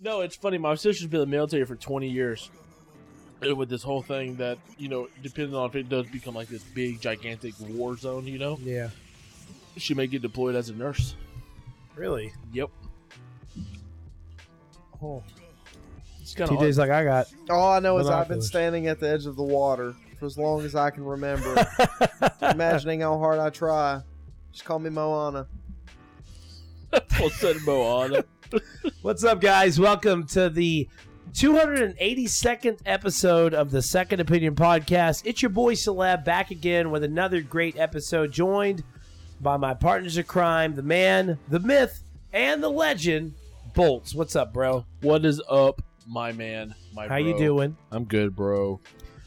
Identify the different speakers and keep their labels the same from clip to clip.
Speaker 1: No, it's funny. My sister's been in the military for 20 years. And with this whole thing that, you know, depending on if it does become like this big, gigantic war zone, you know,
Speaker 2: Yeah.
Speaker 1: she may get deployed as a nurse.
Speaker 2: Really?
Speaker 1: Yep.
Speaker 2: Oh.
Speaker 1: It's kind of
Speaker 2: TJ's like, I got.
Speaker 3: All I know is I've been
Speaker 2: Binoculars.
Speaker 3: standing at the edge of the water for as long as I can remember, imagining how hard I try. Just call me Moana.
Speaker 1: Well, said Moana.
Speaker 2: What's up, guys? Welcome to the 282nd episode of the Second Opinion Podcast. It's your boy Celeb back again with another great episode, joined by my partners of crime, the man, the myth, and the legend, Bolts. What's up, bro?
Speaker 1: What is up, my man? My
Speaker 2: How you
Speaker 1: bro?
Speaker 2: doing?
Speaker 1: I'm good, bro.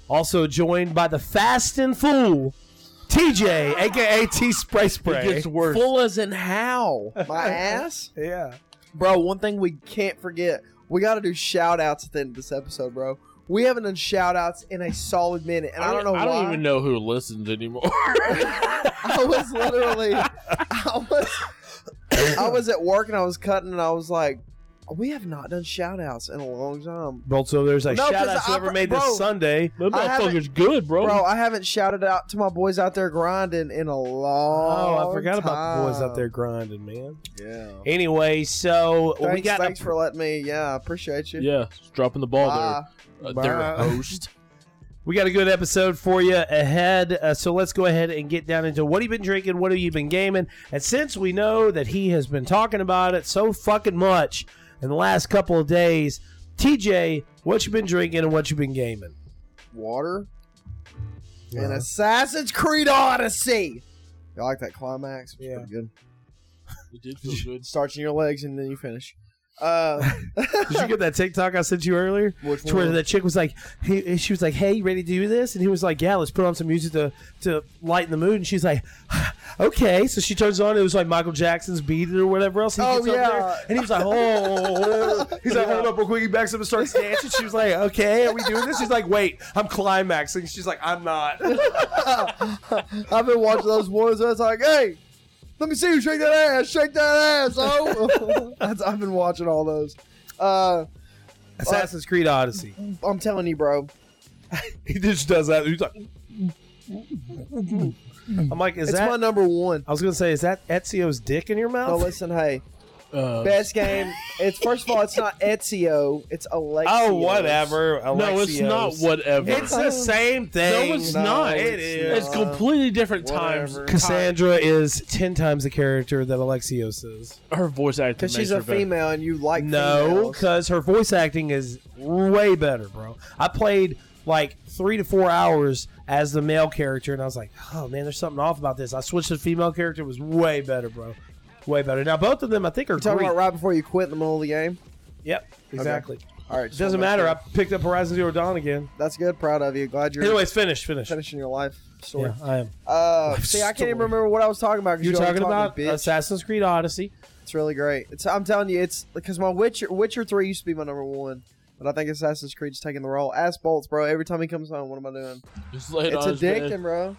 Speaker 2: Also joined by the fast and fool, TJ, aka T Spray Spray.
Speaker 1: It gets worse.
Speaker 3: Full as in how? My ass?
Speaker 2: yeah.
Speaker 3: Bro, one thing we can't forget, we got to do shout outs at the end of this episode, bro. We haven't done shout outs in a solid minute, and I, don't know
Speaker 1: I
Speaker 3: why.
Speaker 1: don't even know who listens anymore.
Speaker 3: I was literally, I was, I was at work and I was cutting, and I was like, we have not done shout outs in a long time.
Speaker 2: Bolts over there's like,
Speaker 3: No,
Speaker 2: shout
Speaker 3: 'cause
Speaker 2: out to
Speaker 3: I-
Speaker 2: whoever made this
Speaker 3: bro.
Speaker 2: Sunday.
Speaker 1: that
Speaker 3: I haven't-
Speaker 1: motherfucker's good,
Speaker 2: Oh,
Speaker 1: bro.
Speaker 3: Bro, I haven't shouted out to my boys out there grinding in a long
Speaker 2: Oh, I forgot about the boys
Speaker 3: time.
Speaker 2: out there grinding, man.
Speaker 3: Yeah.
Speaker 2: Anyway, so
Speaker 3: Thanks,
Speaker 2: we got
Speaker 3: thanks
Speaker 2: a,
Speaker 3: for letting me. Yeah, I appreciate you.
Speaker 1: Yeah, it's dropping the ball
Speaker 3: Bye.
Speaker 1: there. Uh, their
Speaker 2: Bye.
Speaker 1: host.
Speaker 2: we got a good episode for you ahead. Uh, so let's go ahead and get down into what have you been drinking, what have you been gaming, and since we know that he has been talking about it so fucking much in the last couple of days, TJ, what you been drinking and what you been gaming?
Speaker 3: Water and Assassin's Creed Odyssey. You like that climax? It's
Speaker 2: Yeah.
Speaker 3: pretty good.
Speaker 1: It did feel good.
Speaker 3: It starts in your legs and then you finish. Uh,
Speaker 2: Did you get that TikTok I sent you earlier?
Speaker 3: which
Speaker 2: To where
Speaker 3: one?
Speaker 2: the chick was like, he, she was like, "Hey, you ready to do this?" And he was like, "Yeah, let's put on some music to to lighten the mood." And she's like, "Okay." So she turns on. It was like Michael Jackson's "Beat It" or whatever else. He
Speaker 3: Oh,
Speaker 2: gets up
Speaker 3: yeah.
Speaker 2: there, and he was like, "Oh." He's like, "Hold up, real quick." He backs up and starts dancing. She was like, "Okay, are we doing this?" He's like, "Wait, I'm climaxing." She's like, "I'm not."
Speaker 3: I've been watching those ones. That's like, hey, let me see you shake that ass, shake that ass. Oh, that's, I've been watching all those. Uh,
Speaker 2: Assassin's Creed Odyssey.
Speaker 3: I'm telling you, bro.
Speaker 2: He just does that. He's like, "I'm like, is
Speaker 3: it's
Speaker 2: that?"
Speaker 3: my number one.
Speaker 2: I was gonna say, is that Ezio's dick in your
Speaker 3: Oh,
Speaker 2: mouth?
Speaker 3: listen, hey,
Speaker 1: Uh,
Speaker 3: best game. It's first of all, it's not Ezio, it's Alexio.
Speaker 2: Oh, whatever.
Speaker 1: no, it's not
Speaker 2: Alexios.
Speaker 1: whatever.
Speaker 2: It's the same thing.
Speaker 1: no, it's
Speaker 3: No,
Speaker 1: not.
Speaker 2: it
Speaker 1: It's
Speaker 2: is.
Speaker 1: completely different times.
Speaker 3: Whatever.
Speaker 2: Cassandra is ten times the character that Alexios is.
Speaker 1: Her voice acting.
Speaker 3: Because
Speaker 1: makes
Speaker 3: she's
Speaker 1: her
Speaker 3: a
Speaker 1: better.
Speaker 3: female and you like
Speaker 2: no,
Speaker 3: females.
Speaker 2: because her voice acting is way better, bro. I played like three to four hours as the male character, and I was like, oh man, there's something off about this. I switched to the female character; it was way better, bro. Way better. Now both of them, I think, are
Speaker 3: You're talking
Speaker 2: Greek.
Speaker 3: about right before you quit in the middle of the game.
Speaker 2: Yep, exactly.
Speaker 3: All right,
Speaker 2: It
Speaker 3: just
Speaker 2: doesn't
Speaker 3: wanna make
Speaker 2: matter. I
Speaker 3: sure.
Speaker 2: picked up Horizon Zero Dawn again.
Speaker 3: That's good. Proud of you. Glad you're
Speaker 2: Anyways, finish, finish.
Speaker 3: finishing your life story.
Speaker 2: Yeah, I am.
Speaker 3: Uh,
Speaker 2: Life
Speaker 3: see, I can't even
Speaker 2: story.
Speaker 3: remember what I was talking about. 'cause
Speaker 2: You're
Speaker 3: you all were
Speaker 2: talking about
Speaker 3: bitch.
Speaker 2: Assassin's Creed Odyssey.
Speaker 3: It's really great. It's I'm telling you, it's because my Witcher Witcher three used to be my number one, but I think Assassin's Creed's taking the role. Ass bolts, bro. Every time he comes home, what am I doing?
Speaker 1: Just laying
Speaker 3: it's
Speaker 1: on his
Speaker 3: addicting,
Speaker 1: bed,
Speaker 3: bro.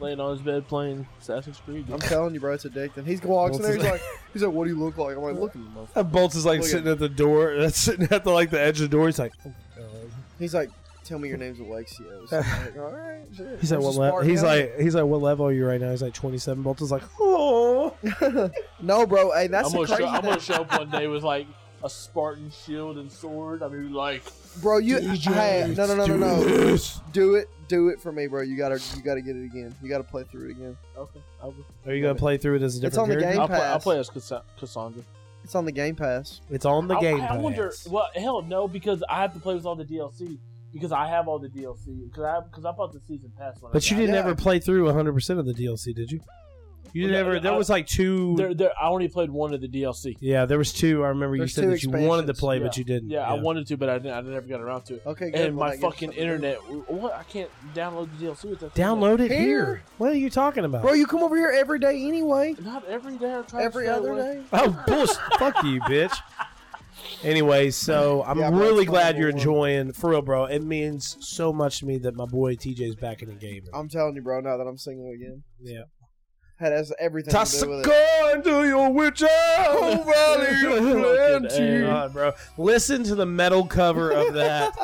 Speaker 1: laying on his bed playing Assassin's Creed.
Speaker 3: I'm telling you, bro. It's addicting. He's walks in there. He's like, he's like, what do you look like? I'm like, look at me, bro.
Speaker 2: And Bolts is like
Speaker 3: Look at
Speaker 2: sitting at the door, that's sitting at the like the edge of the door. He's like, oh, God.
Speaker 3: He's like, tell me your name's Alexios. I'm like, all right. sure.
Speaker 2: he's like,
Speaker 3: That's
Speaker 2: what
Speaker 3: a
Speaker 2: level?
Speaker 3: smart
Speaker 2: He's
Speaker 3: guy.
Speaker 2: like, he's like, what level are you right now? He's like twenty seven. Bolts is like, oh,
Speaker 3: no, bro. Hey, that's
Speaker 1: I'm gonna,
Speaker 3: the crazy
Speaker 1: show, I'm
Speaker 3: thing.
Speaker 1: gonna show up one day with like a Spartan shield and sword. I mean, like
Speaker 3: bro. You,
Speaker 1: DJ,
Speaker 3: hey, no, no, no, no,
Speaker 2: do
Speaker 3: no.
Speaker 2: this.
Speaker 3: Do it, do it for me, bro. You gotta, you gotta get it again. You gotta play through it again.
Speaker 1: okay, I'll,
Speaker 2: Are you gonna play through it as a different?
Speaker 3: It's on the
Speaker 2: character?
Speaker 3: Game
Speaker 1: I'll play.
Speaker 3: Pass.
Speaker 1: I'll play as Cassa- Cassandra.
Speaker 3: It's on the Game Pass.
Speaker 2: It's on the
Speaker 1: I-
Speaker 2: game.
Speaker 1: I, I wonder.
Speaker 2: Pass.
Speaker 1: Well, hell no, because I have to play with all the DLC because I have all the DLC because I because I bought the season pass. When I
Speaker 2: but you
Speaker 1: got it.
Speaker 2: didn't
Speaker 3: Yeah.
Speaker 2: ever play through one hundred percent of the DLC, did you? You
Speaker 1: Well,
Speaker 2: didn't
Speaker 1: no,
Speaker 2: ever. There
Speaker 1: I-
Speaker 2: was like two.
Speaker 1: There, there, I only played one of the DLC.
Speaker 2: yeah, there was two. I remember you
Speaker 3: There's
Speaker 2: said
Speaker 3: two
Speaker 2: that you wanted to
Speaker 3: expansions.
Speaker 2: play, but you didn't.
Speaker 1: Yeah, I wanted to, but I didn't. I never got around to it.
Speaker 3: Okay, good.
Speaker 1: And
Speaker 3: Well,
Speaker 1: my
Speaker 3: that gives
Speaker 1: fucking
Speaker 3: something to do.
Speaker 1: internet. What? I can't download the DLC with that. thing.
Speaker 2: Download it
Speaker 3: Here?
Speaker 2: here. What are you talking about?
Speaker 3: Bro, you come over here every day anyway.
Speaker 1: Not every day. I try to
Speaker 3: Every
Speaker 1: stay
Speaker 3: other
Speaker 1: away.
Speaker 3: day.
Speaker 2: Oh, bullshit. Fuck you, bitch. Anyway, so I'm
Speaker 3: Yeah, bro,
Speaker 2: really
Speaker 3: it's
Speaker 2: glad
Speaker 3: fun.
Speaker 2: you're enjoying. For real, bro. It means so much to me that my boy TJ's back in the game.
Speaker 3: Oh, I'm telling you, bro. Now that I'm single again.
Speaker 2: Yeah.
Speaker 3: That has everything to do with it.
Speaker 2: Tassacan to your witch out,
Speaker 1: Fucking A.
Speaker 2: valley God, bro. Listen to the metal cover of that.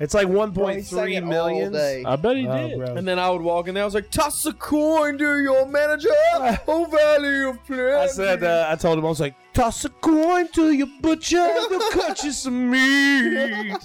Speaker 2: It's like
Speaker 3: Boy, he sang
Speaker 2: 1.3
Speaker 3: it all
Speaker 2: million.
Speaker 3: day.
Speaker 1: I bet he
Speaker 2: Oh,
Speaker 1: did.
Speaker 2: bro.
Speaker 3: And then I would walk in there. I was like, toss a coin to your manager. Oh, Valley of Plenty.
Speaker 2: I said, uh, I told him, I was like, toss a coin to your butcher, they'll cut you some meat.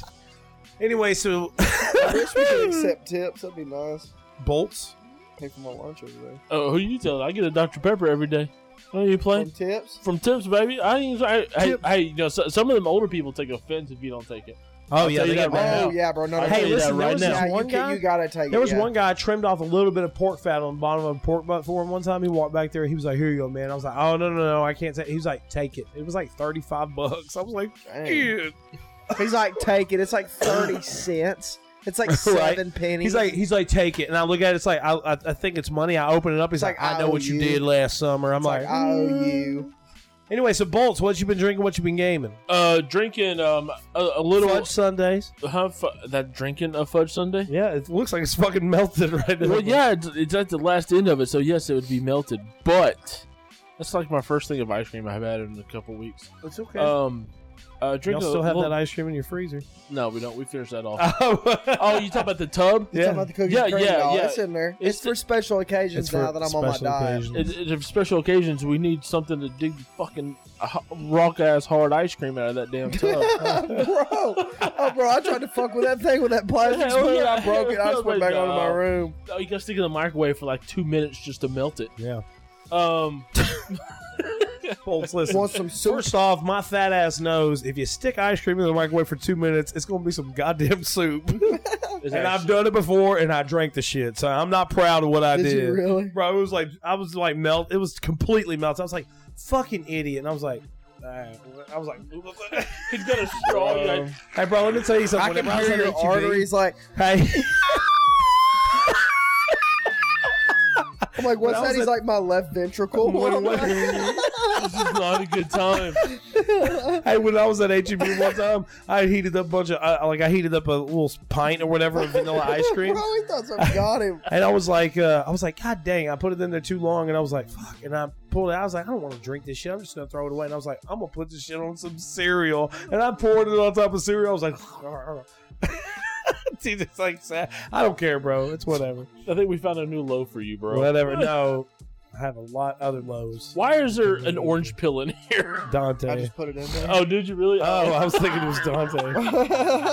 Speaker 2: Anyway, so
Speaker 3: I wish we could accept tips. That'd be nice.
Speaker 2: bolts.
Speaker 3: Pay for my lunch over there.
Speaker 1: Oh, who you telling? I get a Dr. Pepper every day. What do you play?
Speaker 3: Some tips?
Speaker 1: From tips, baby. I ain't. I, I,
Speaker 2: Tip.
Speaker 1: I, you know, so, some of them older people take offense if you don't take it.
Speaker 2: Oh
Speaker 1: I'll
Speaker 2: yeah,
Speaker 1: tell
Speaker 2: they
Speaker 1: you
Speaker 2: got
Speaker 1: that right
Speaker 2: mad.
Speaker 1: now.
Speaker 3: Oh, yeah, bro. No,
Speaker 1: I'll
Speaker 3: no, no.
Speaker 1: tell
Speaker 2: Hey,
Speaker 1: you that
Speaker 2: listen, there
Speaker 1: right
Speaker 2: was
Speaker 1: now.
Speaker 2: this
Speaker 3: Yeah,
Speaker 2: one
Speaker 3: you,
Speaker 2: guy-
Speaker 3: can, you gotta take
Speaker 2: There
Speaker 3: it.
Speaker 2: was
Speaker 3: yeah.
Speaker 2: one guy I trimmed off a little bit of pork fat on the bottom of a pork butt for him one time. He walked back there. He was like, "Here you go, man." I was like, "Oh no, no, no, I can't take." He was like, "Take it." It was like thirty-five bucks. I was like,
Speaker 3: Dang.
Speaker 2: "Dude."
Speaker 3: He's like, take it. It's like 30 cents. It's like seven pennies.
Speaker 2: He's like, he's like, "Take it," and I look at it. It's like, I, I, I think it's money. I open it up. He's
Speaker 3: It's
Speaker 2: like,
Speaker 3: like,
Speaker 2: "I know what you
Speaker 3: IOU.
Speaker 2: did last summer." I'm "Mm."
Speaker 3: It's like, "Mm." I owe you.
Speaker 2: Anyway, so bolts. What you been drinking? What you been gaming?
Speaker 1: Uh, drinking um a, a little
Speaker 2: Fudge Sundays.
Speaker 1: Huh, fu- that drinking a fudge Sunday.
Speaker 2: Yeah, it looks like it's fucking melted right now.
Speaker 1: Well, yeah, it's, it's at the last end of it, so yes, it would be melted. But that's like my first thing of ice cream I've had in a couple weeks.
Speaker 3: It's okay.
Speaker 1: Um, uh,
Speaker 2: Y'all
Speaker 1: drink. a
Speaker 2: still have
Speaker 1: little-
Speaker 2: that ice cream in your freezer?
Speaker 1: No, we don't. We finished that off. oh,
Speaker 2: oh,
Speaker 1: you talking about the tub?
Speaker 3: yeah. Talking about the cookies
Speaker 1: Yeah,
Speaker 3: and cream
Speaker 1: yeah,
Speaker 3: and all.
Speaker 1: yeah.
Speaker 3: It's in there.
Speaker 1: It's
Speaker 3: It's,
Speaker 1: the-
Speaker 3: for special occasions now that I'm on my diet.
Speaker 1: It, it, if special occasions, we need something to dig the fucking rock ass hard ice cream out of that damn tub.
Speaker 3: bro, oh bro, I tried to fuck with that thing with that plastic
Speaker 1: Hell
Speaker 3: spoon.
Speaker 1: yeah.
Speaker 3: I broke it. I just went
Speaker 1: Oh my
Speaker 3: back over to my
Speaker 1: God.
Speaker 3: room.
Speaker 1: oh, you gotta stick it in the microwave for like two minutes just to melt it.
Speaker 2: Yeah.
Speaker 1: Um,
Speaker 2: Bolts, listen.
Speaker 3: Want some soup?
Speaker 2: First off, my fat ass knows if you stick ice cream in the microwave for two minutes, it's gonna be some goddamn soup.
Speaker 1: it's
Speaker 2: and I've
Speaker 1: actually-
Speaker 2: done it before, and I drank the shit, so I'm not proud of what I
Speaker 3: Did
Speaker 2: did.
Speaker 3: you really?
Speaker 2: Bro, it was like I was like melt. It was completely melted. I was like fucking idiot, and I was like, all right. I was like,
Speaker 1: He's got a straw.
Speaker 2: Um,
Speaker 1: like-
Speaker 2: hey, bro, let me tell you
Speaker 3: I
Speaker 2: something.
Speaker 3: can
Speaker 2: Whenever was
Speaker 3: hear
Speaker 2: at
Speaker 3: your
Speaker 2: HEB
Speaker 3: arteries like
Speaker 2: Hey,
Speaker 3: I'm like, what's
Speaker 2: I was
Speaker 3: that? He's
Speaker 2: at-
Speaker 3: like my left ventricle.
Speaker 2: What-
Speaker 3: I'm
Speaker 2: what-
Speaker 3: like-
Speaker 1: this is not a good time.
Speaker 2: hey, when I was at HEB one time, I heated up a bunch of I, like I heated up a little pint or whatever of vanilla ice cream.
Speaker 3: Bro, he thought something got him.
Speaker 2: And I was like, uh, I was like, God dang, I put it in there too long, and I was like, fuck. And I pulled it out. I was like, I don't want to drink this shit. I'm just gonna throw it away. And I was like, I'm gonna put this shit on some cereal. And I poured it on top of cereal. I was like, dude, it's like sad. I don't care, bro. It's whatever.
Speaker 1: I think we found a new low for you, bro.
Speaker 2: Whatever. No, I have a lot other lows.
Speaker 1: Why is there an orange pill in here?
Speaker 3: I
Speaker 2: Dante.
Speaker 3: just put it in there.
Speaker 1: Oh, did you really?
Speaker 2: Oh, I was thinking it was Dante. Oh.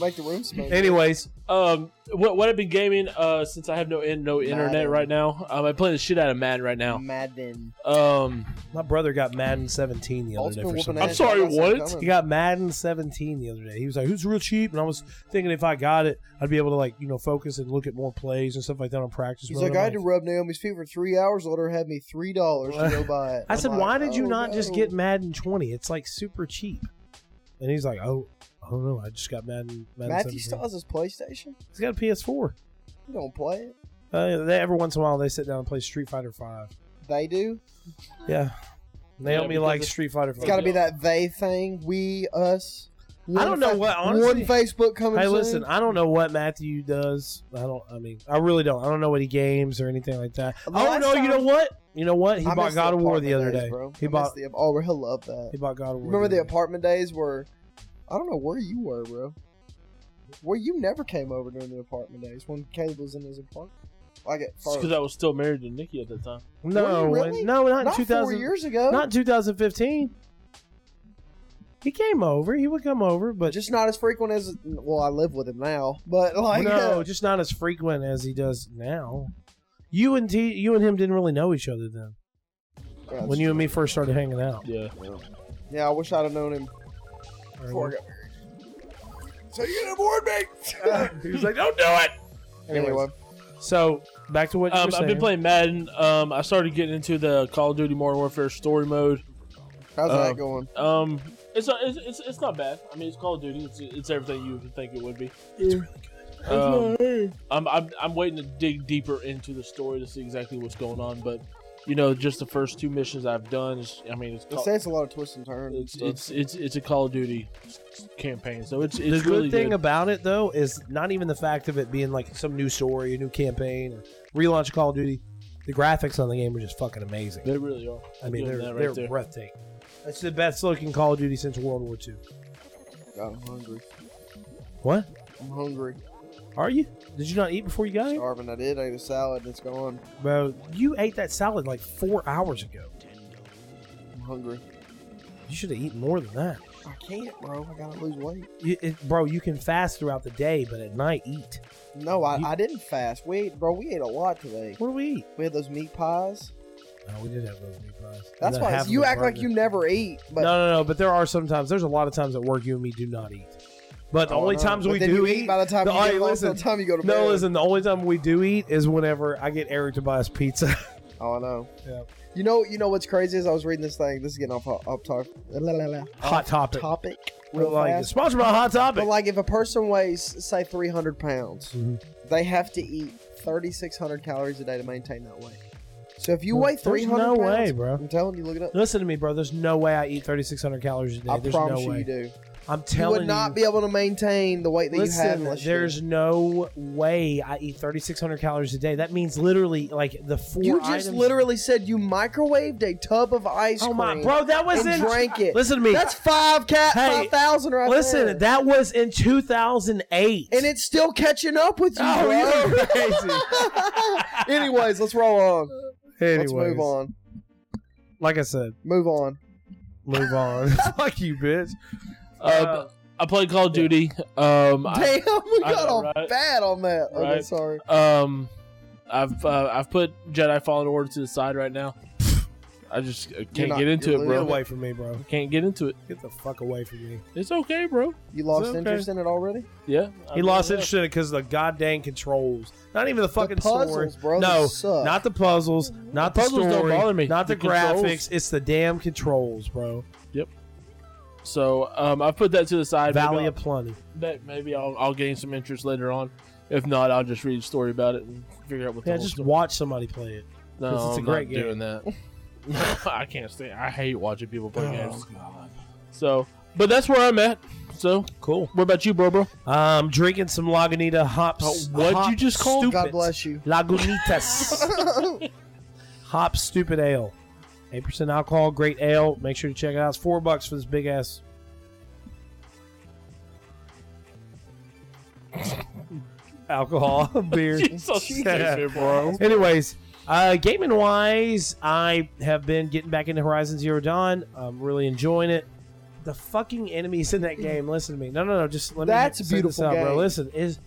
Speaker 3: Make the room smell.
Speaker 2: Anyways,
Speaker 1: Um, what what I've been gaming uh since I have no in, no internet
Speaker 3: Madden.
Speaker 1: right now. Um, I'm playing the shit out of Madden right now.
Speaker 3: Madden.
Speaker 2: Mm.
Speaker 1: Um,
Speaker 2: my brother got Madden 17 the other
Speaker 3: Bolt's
Speaker 2: day
Speaker 3: been
Speaker 2: for some reason.
Speaker 3: whooping
Speaker 1: I'm
Speaker 3: ass.
Speaker 1: sorry,
Speaker 3: I saw
Speaker 1: what?
Speaker 3: it coming.
Speaker 2: He got Madden 17 the other day. He was like, "Who's real cheap?" And I was thinking if I got it, I'd be able to like you know focus and look at more plays and stuff like that on practice.
Speaker 3: He's
Speaker 2: mode.
Speaker 3: like,
Speaker 2: I'm
Speaker 3: I had to rub Naomi's feet for three hours. Let her have me three dollars to go buy it.
Speaker 2: I
Speaker 3: I'm
Speaker 2: said,
Speaker 3: like,
Speaker 2: "Why did you
Speaker 3: oh,
Speaker 2: not just
Speaker 3: no."
Speaker 2: get Madden 20? It's like super cheap." And he's like, "Oh, I don't know. I just got Madden." Madden 17.
Speaker 3: Matthew still has his PlayStation.
Speaker 2: He's got a PS4.
Speaker 3: You don't play it.
Speaker 2: Uh, they, every once in a while, they sit down and play Street Fighter 5.
Speaker 3: They do.
Speaker 2: Yeah, Naomi
Speaker 1: because
Speaker 2: likes
Speaker 1: it's-
Speaker 2: Street Fighter
Speaker 3: It's
Speaker 2: 5.
Speaker 3: got to be that they thing. We, us.
Speaker 2: I don't know
Speaker 3: fa-
Speaker 2: what, honestly-
Speaker 3: One Facebook coming.
Speaker 2: Hey,
Speaker 3: soon.
Speaker 2: listen. I don't know what Matthew does. I don't. I mean, I really don't. I don't know what he games or anything like that.
Speaker 3: The
Speaker 2: Oh
Speaker 3: last
Speaker 2: no! You
Speaker 3: time-
Speaker 2: know what? You know what? He
Speaker 3: I
Speaker 2: bought
Speaker 3: miss the
Speaker 2: God of War the
Speaker 3: apartment
Speaker 2: other
Speaker 3: days,
Speaker 2: day.
Speaker 3: Bro.
Speaker 2: He
Speaker 3: I miss
Speaker 2: bought.
Speaker 3: The, oh, I love that.
Speaker 2: He bought God of War.
Speaker 3: Remember the
Speaker 2: other day.
Speaker 3: apartment days where I don't know where you were, bro. Where you never came over during the apartment days when Caleb was in his apartment. Like at first,
Speaker 1: because I was still married to Nikki at that time.
Speaker 2: No,
Speaker 3: Were you really?
Speaker 2: when- no, not,
Speaker 3: not
Speaker 2: in 2000.
Speaker 3: four years ago.
Speaker 2: Not in 2015. He came over. He would come over, but
Speaker 3: just not as frequent as. Well, I live with him now, but like
Speaker 2: no, just not as frequent as he does now. You and T, you and him didn't really know each other then.
Speaker 3: Yeah,
Speaker 2: when you and me first started hanging out.
Speaker 1: Yeah.
Speaker 3: yeah, I wish I'd have known him before I got married. So you're gonna board me?
Speaker 2: he was like, "Don't do it."
Speaker 3: anyway,
Speaker 2: So back to what you
Speaker 1: Um,
Speaker 2: were saying.
Speaker 1: I've been playing Madden. Um, I started getting into the Call of Duty Modern Warfare story mode.
Speaker 3: how's
Speaker 1: Uh,
Speaker 3: that going?
Speaker 1: Um, it's not it's, it's, it's not bad. I mean, it's Call of Duty. It's, it's everything you would think it would be.
Speaker 2: It's really
Speaker 1: good. Um, I'm, I'm I'm waiting to dig deeper into the story to see exactly what's going on, but you know, just the first two missions I've done. Is, I mean, it's
Speaker 3: They
Speaker 1: Call-
Speaker 3: say it's a lot of twists and turns. and
Speaker 1: it's,
Speaker 3: stuff.
Speaker 1: it's it's it's a Call of Duty s- s- campaign, so it's
Speaker 2: the
Speaker 1: it's
Speaker 2: good
Speaker 1: really
Speaker 2: thing
Speaker 1: good.
Speaker 2: about it though is not even the fact of it being like some new story, a new campaign, or relaunch of Call of Duty. The graphics on the game are just fucking amazing.
Speaker 1: They really are.
Speaker 2: I mean,
Speaker 1: doing
Speaker 2: they're,
Speaker 1: that right
Speaker 2: they're
Speaker 1: there.
Speaker 2: breathtaking. That's the best looking Call of Duty since World War II.
Speaker 3: God, I'm hungry.
Speaker 2: What?
Speaker 3: I'm hungry.
Speaker 2: Are you? Did you not eat before you got here?
Speaker 3: Starving. I did. I ate a salad and it's gone.
Speaker 2: Bro, you ate that salad like four hours ago.
Speaker 3: I'm hungry.
Speaker 2: You should have eaten more than that.
Speaker 3: I can't, bro. I gotta lose weight.
Speaker 2: You, it, bro, you can fast throughout the day, but at night eat.
Speaker 3: No, I,
Speaker 2: You-
Speaker 3: I didn't fast. We ate, bro. We ate a lot today.
Speaker 2: What do we eat?
Speaker 3: We had those meat pies.
Speaker 2: No, we did have those meat pies.
Speaker 3: That's
Speaker 2: That
Speaker 3: why
Speaker 2: half
Speaker 3: it's-
Speaker 2: of
Speaker 3: you
Speaker 2: the
Speaker 3: act like
Speaker 2: burger.
Speaker 3: you never eat. But
Speaker 2: no, no, no. But there are sometimes. There's a lot of times at work you and me do not eat. But the
Speaker 3: Oh,
Speaker 2: only
Speaker 3: no.
Speaker 2: times
Speaker 3: But
Speaker 2: we
Speaker 3: then
Speaker 2: do
Speaker 3: you
Speaker 2: eat.
Speaker 3: by the time
Speaker 2: no,
Speaker 3: you
Speaker 2: alright,
Speaker 3: get lost, by the
Speaker 2: listen.
Speaker 3: time you go to bed.
Speaker 2: No, listen. The only time we do eat is whenever I get Eric to buy us pizza.
Speaker 3: Oh, I know.
Speaker 2: Yeah.
Speaker 3: You know, you know what's crazy is I was reading this thing. This is getting off up top. La, la, la.
Speaker 2: Hot topic.
Speaker 3: Topic.
Speaker 2: But
Speaker 3: Real
Speaker 2: like
Speaker 3: fast.
Speaker 2: sponsored by Hot Topic.
Speaker 3: But like, if a person weighs say 300 pounds,
Speaker 2: Mhm.
Speaker 3: they have to eat 3,600 calories a day to maintain that weight. So if you
Speaker 2: Well,
Speaker 3: weigh
Speaker 2: there's
Speaker 3: 300
Speaker 2: no
Speaker 3: pounds,
Speaker 2: way, bro.
Speaker 3: I'm telling you, look it up.
Speaker 2: Listen to me, bro. There's no way I eat 3,600 calories a day.
Speaker 3: I
Speaker 2: there's
Speaker 3: promise
Speaker 2: no
Speaker 3: you,
Speaker 2: way.
Speaker 3: you do.
Speaker 2: I'm
Speaker 3: You
Speaker 2: telling
Speaker 3: would not be able to maintain the weight that you have
Speaker 2: Listen,
Speaker 3: unless you
Speaker 2: there's no way I eat 3,600 calories a day. That means literally like the four.
Speaker 3: You just
Speaker 2: items-
Speaker 3: literally said you microwaved a tub of ice
Speaker 2: Oh
Speaker 3: cream.
Speaker 2: my, bro, that was
Speaker 3: and
Speaker 2: in.
Speaker 3: drank it.
Speaker 2: Listen to me.
Speaker 3: That's five cat,
Speaker 2: Hey,
Speaker 3: five thousand right
Speaker 2: Listen,
Speaker 3: there.
Speaker 2: that was in 2008.
Speaker 3: and it's still catching up with you,
Speaker 2: oh,
Speaker 3: bro.
Speaker 2: you're crazy.
Speaker 3: Anyways, let's roll on.
Speaker 2: Anyways,
Speaker 3: Let's move on.
Speaker 2: Like I said,
Speaker 3: Move on.
Speaker 2: move on. Fuck you, bitch.
Speaker 1: Uh, I played Call of Duty. Um, I,
Speaker 3: Damn, we
Speaker 1: I
Speaker 3: got
Speaker 1: know,
Speaker 3: off
Speaker 1: right?
Speaker 3: bad on that. Okay,
Speaker 1: Right.
Speaker 3: sorry.
Speaker 1: um, I've uh, I've put Jedi Fallen Order to the side right now. I just uh, can't
Speaker 3: not-
Speaker 1: get into
Speaker 3: you're
Speaker 1: it, bro.
Speaker 2: Get
Speaker 3: literally-
Speaker 2: away from me, bro.
Speaker 1: Can't get into it.
Speaker 2: Get the fuck away from me.
Speaker 1: It's okay, bro.
Speaker 3: You lost
Speaker 1: okay.
Speaker 3: interest in it already?
Speaker 1: Yeah, I
Speaker 2: He lost
Speaker 1: mean,
Speaker 2: interest in it because of the goddamn controls. Not even the fucking
Speaker 3: the puzzles,
Speaker 2: story.
Speaker 3: bro.
Speaker 2: No,
Speaker 3: they suck.
Speaker 2: not the puzzles, not the,
Speaker 1: The puzzles don't
Speaker 2: story,
Speaker 1: bother me.
Speaker 2: not the,
Speaker 1: The controls.
Speaker 2: graphics. It's the damn controls, bro.
Speaker 1: So um, I've put that to the side. Maybe
Speaker 2: Valley
Speaker 1: I'll-
Speaker 2: of Plenty.
Speaker 1: that maybe I'll, I'll gain some interest later on. If not, I'll just read a story about it and figure out what.
Speaker 2: Yeah,
Speaker 1: the
Speaker 2: just
Speaker 1: whole
Speaker 2: watch somebody play it.
Speaker 1: no,
Speaker 2: this is a
Speaker 1: I'm
Speaker 2: great
Speaker 1: not doing that. I can't stand. I hate watching people play
Speaker 2: Oh,
Speaker 1: games. So, but that's where I'm at. So,
Speaker 2: Cool.
Speaker 1: what about you, bro, bro?
Speaker 2: Um, drinking some Lagunita hops.
Speaker 1: Oh, what'd you just call?
Speaker 3: God bless you.
Speaker 2: Lagunitas hop stupid ale. Eight percent alcohol, great ale. Make sure to check it out. It's four bucks for this big ass. Alcohol beer.
Speaker 1: bro.
Speaker 2: Anyways, uh, gaming wise, I have been getting back into Horizon Zero Dawn. I'm really enjoying it. The fucking enemies in that game. Listen to me. No, no, no. Just let me.
Speaker 3: That's a
Speaker 2: set this
Speaker 3: beautiful
Speaker 2: out, bro.
Speaker 3: game.
Speaker 2: Listen, is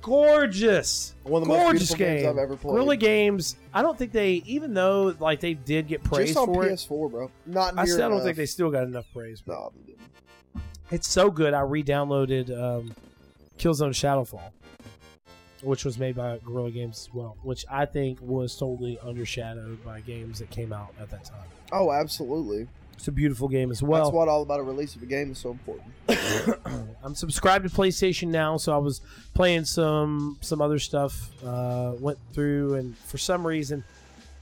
Speaker 2: gorgeous.
Speaker 3: One of the most
Speaker 2: gorgeous
Speaker 3: beautiful games
Speaker 2: game.
Speaker 3: I've ever played.
Speaker 2: Gorilla Games. I don't think they, even though like they did get praise
Speaker 3: Just on
Speaker 2: for it,
Speaker 3: PS4, uh, bro. Not near
Speaker 2: I still don't
Speaker 3: enough.
Speaker 2: think they still got enough praise.
Speaker 3: No, they didn't.
Speaker 2: It's so good. I re-downloaded um, Killzone Shadowfall, which was made by Guerrilla Games as well, which I think was totally undershadowed by games that came out at that time.
Speaker 3: Oh, absolutely.
Speaker 2: It's a beautiful game as well.
Speaker 3: That's what all about a release of a game is so important.
Speaker 2: I'm subscribed to PlayStation now, so I was playing some some other stuff. Uh, went through, and for some reason,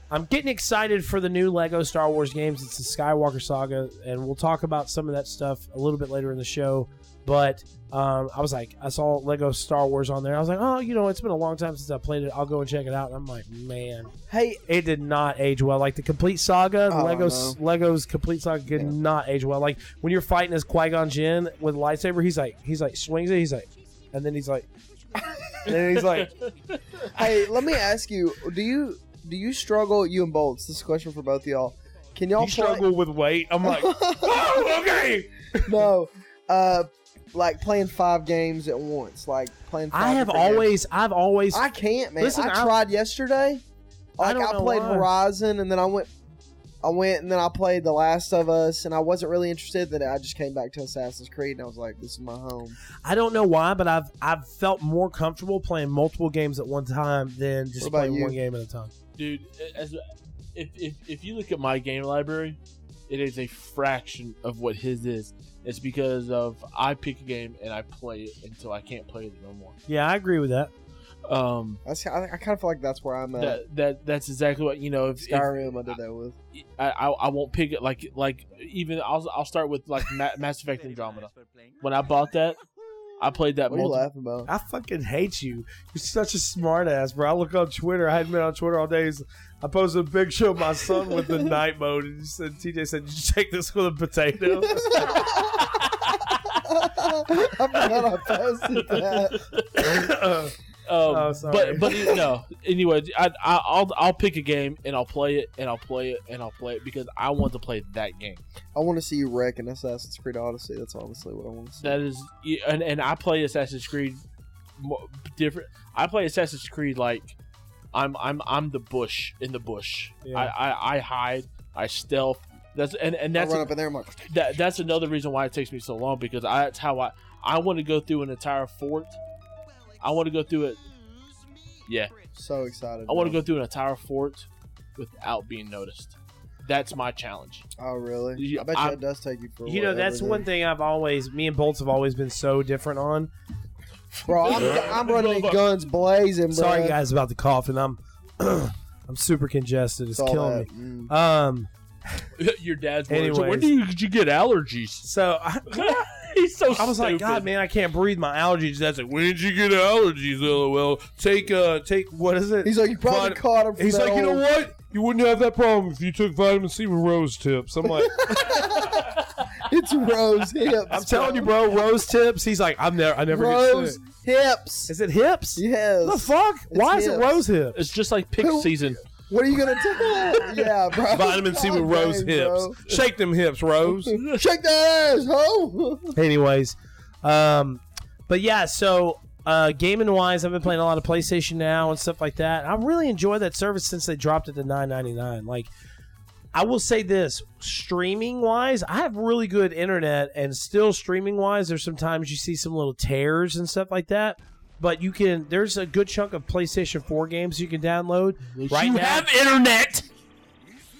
Speaker 2: I'm getting excited for the new Lego Star Wars games. It's the Skywalker Saga, and we'll talk about some of that stuff a little bit later in the show. But um, I was like, I saw Lego Star Wars on there. I was like, oh, you know, it's been a long time since I played it. I'll go and check it out. And I'm like, man,
Speaker 3: Hey,
Speaker 2: it did not age well. Like the complete saga,
Speaker 3: Oh,
Speaker 2: Legos Legos complete saga did
Speaker 3: Yeah.
Speaker 2: not age well. Like when you're fighting as Qui Gon Jinn with a lightsaber, he's like he's like swings it, he's like, and then he's like, and then he's like,
Speaker 3: hey, let me ask you: Do you do you struggle? You and Bolts. This is a question for both of y'all. Can y'all
Speaker 2: you struggle with weight. I'm like,
Speaker 3: play?
Speaker 2: oh, okay.
Speaker 3: no, uh, like playing five games at once. Like playing. Five
Speaker 2: I have
Speaker 3: different games.
Speaker 2: always, I've always,
Speaker 3: I can't, man.
Speaker 2: Listen,
Speaker 3: I
Speaker 2: I-
Speaker 3: tried yesterday.
Speaker 2: I
Speaker 3: Like
Speaker 2: don't
Speaker 3: I,
Speaker 2: know
Speaker 3: played
Speaker 2: why.
Speaker 3: Horizon, and then I went, I went, and then I played The Last of Us, and I wasn't really interested. Then I just came back to Assassin's Creed, and I was like, "This is my home."
Speaker 2: I don't know why, but I've I've felt more comfortable playing multiple games at one time than just
Speaker 3: What about
Speaker 2: playing
Speaker 3: you?
Speaker 2: one game at a time.
Speaker 1: Dude, as, if, if, if you look at my game library, it is a fraction of what his is. It's because of I pick a game and I play it until I can't play it no more.
Speaker 2: Yeah, I agree with that.
Speaker 1: Um,
Speaker 3: That's I, I kind of feel like that's where I'm at.
Speaker 1: that, that that's exactly what you know. If, if
Speaker 3: Skyrim, I did that with.
Speaker 1: I, I I won't pick it like like even I'll I'll start with like Ma- Mass Effect Andromeda. When I bought that, I played that
Speaker 3: What are you
Speaker 1: multiple
Speaker 3: laughing about?
Speaker 2: I fucking hate you. You're such a smartass, bro. I look on Twitter. I hadn't been on Twitter all day. I posted a picture of my son with the night mode, and he said, TJ said, "Did you take this with a potato?"
Speaker 3: I forgot I posted that.
Speaker 1: Um,
Speaker 2: Oh, sorry.
Speaker 1: But but it- no. Anyway, I, I I'll I'll pick a game and I'll play it and I'll play it and I'll play it because I want to play that game.
Speaker 3: I want to see you wreck in Assassin's Creed Odyssey. That's honestly what I want to see.
Speaker 1: That is and and I play Assassin's Creed mo- different. I play Assassin's Creed like I'm I'm I'm the bush in the bush.
Speaker 2: Yeah.
Speaker 1: I, I I hide. I stealth. That's and and
Speaker 3: I
Speaker 1: that's
Speaker 3: run up in there. I'm like,
Speaker 1: that that's another reason why it takes me so long because I, that's how I I want to go through an entire fort. I want to go through it. Yeah,
Speaker 3: so excited.
Speaker 1: I want to
Speaker 3: bro.
Speaker 1: go through an entire fort without being noticed. That's my challenge.
Speaker 3: Oh, really?
Speaker 1: You-
Speaker 3: I bet
Speaker 1: I-
Speaker 3: you that does take you for.
Speaker 2: you know, that's
Speaker 3: whatever,
Speaker 2: one
Speaker 3: dude.
Speaker 2: thing I've always, me and Bolts have always been so different on.
Speaker 3: Bro, I'm, I'm running in guns blazing. Bro.
Speaker 2: Sorry, guys, about the cough, and I'm, I'm super congested. It's
Speaker 3: Saw
Speaker 2: killing
Speaker 3: that.
Speaker 2: me.
Speaker 3: Mm.
Speaker 2: Um,
Speaker 1: Your dad's worried. So when
Speaker 2: Anyways.
Speaker 1: do you, did you get allergies?
Speaker 2: so I,
Speaker 1: He's so.
Speaker 2: I was like,
Speaker 1: stupid.
Speaker 2: God, man, I can't breathe. My allergies. That's like, when did you get allergies? LOL. Take, uh, take, what is it?
Speaker 3: He's like, you probably
Speaker 2: But-
Speaker 3: caught him. From
Speaker 2: He's
Speaker 3: that
Speaker 2: like, you know
Speaker 3: old-
Speaker 2: what? You wouldn't have that problem if you took vitamin C with rose tips. I'm like,
Speaker 3: It's Rose hips.
Speaker 2: I'm telling you, bro, rose tips. He's like, I'm never, I never get
Speaker 3: Rose
Speaker 2: sick.
Speaker 3: hips.
Speaker 2: Is it hips?
Speaker 3: Yes.
Speaker 2: The fuck? Why is it
Speaker 3: hips.
Speaker 2: rose hips?
Speaker 1: It's just like pick
Speaker 3: Who-
Speaker 1: season.
Speaker 3: What are you gonna do? yeah, bro.
Speaker 2: Vitamin C with
Speaker 3: God
Speaker 2: rose
Speaker 3: dang,
Speaker 2: hips. Shake them hips, rose.
Speaker 3: bro. Shake that ass, ho!
Speaker 2: Anyways, um, but yeah, so uh, gaming wise, I've been playing a lot of PlayStation now and stuff like that. I really enjoy that service since they dropped it to nine ninety nine. Like, I will say this: streaming wise, I have really good internet, and still streaming wise, there's sometimes you see some little tears and stuff like that. But you can there's a good chunk of PlayStation Four games you can download right
Speaker 1: you
Speaker 2: now.
Speaker 1: have internet.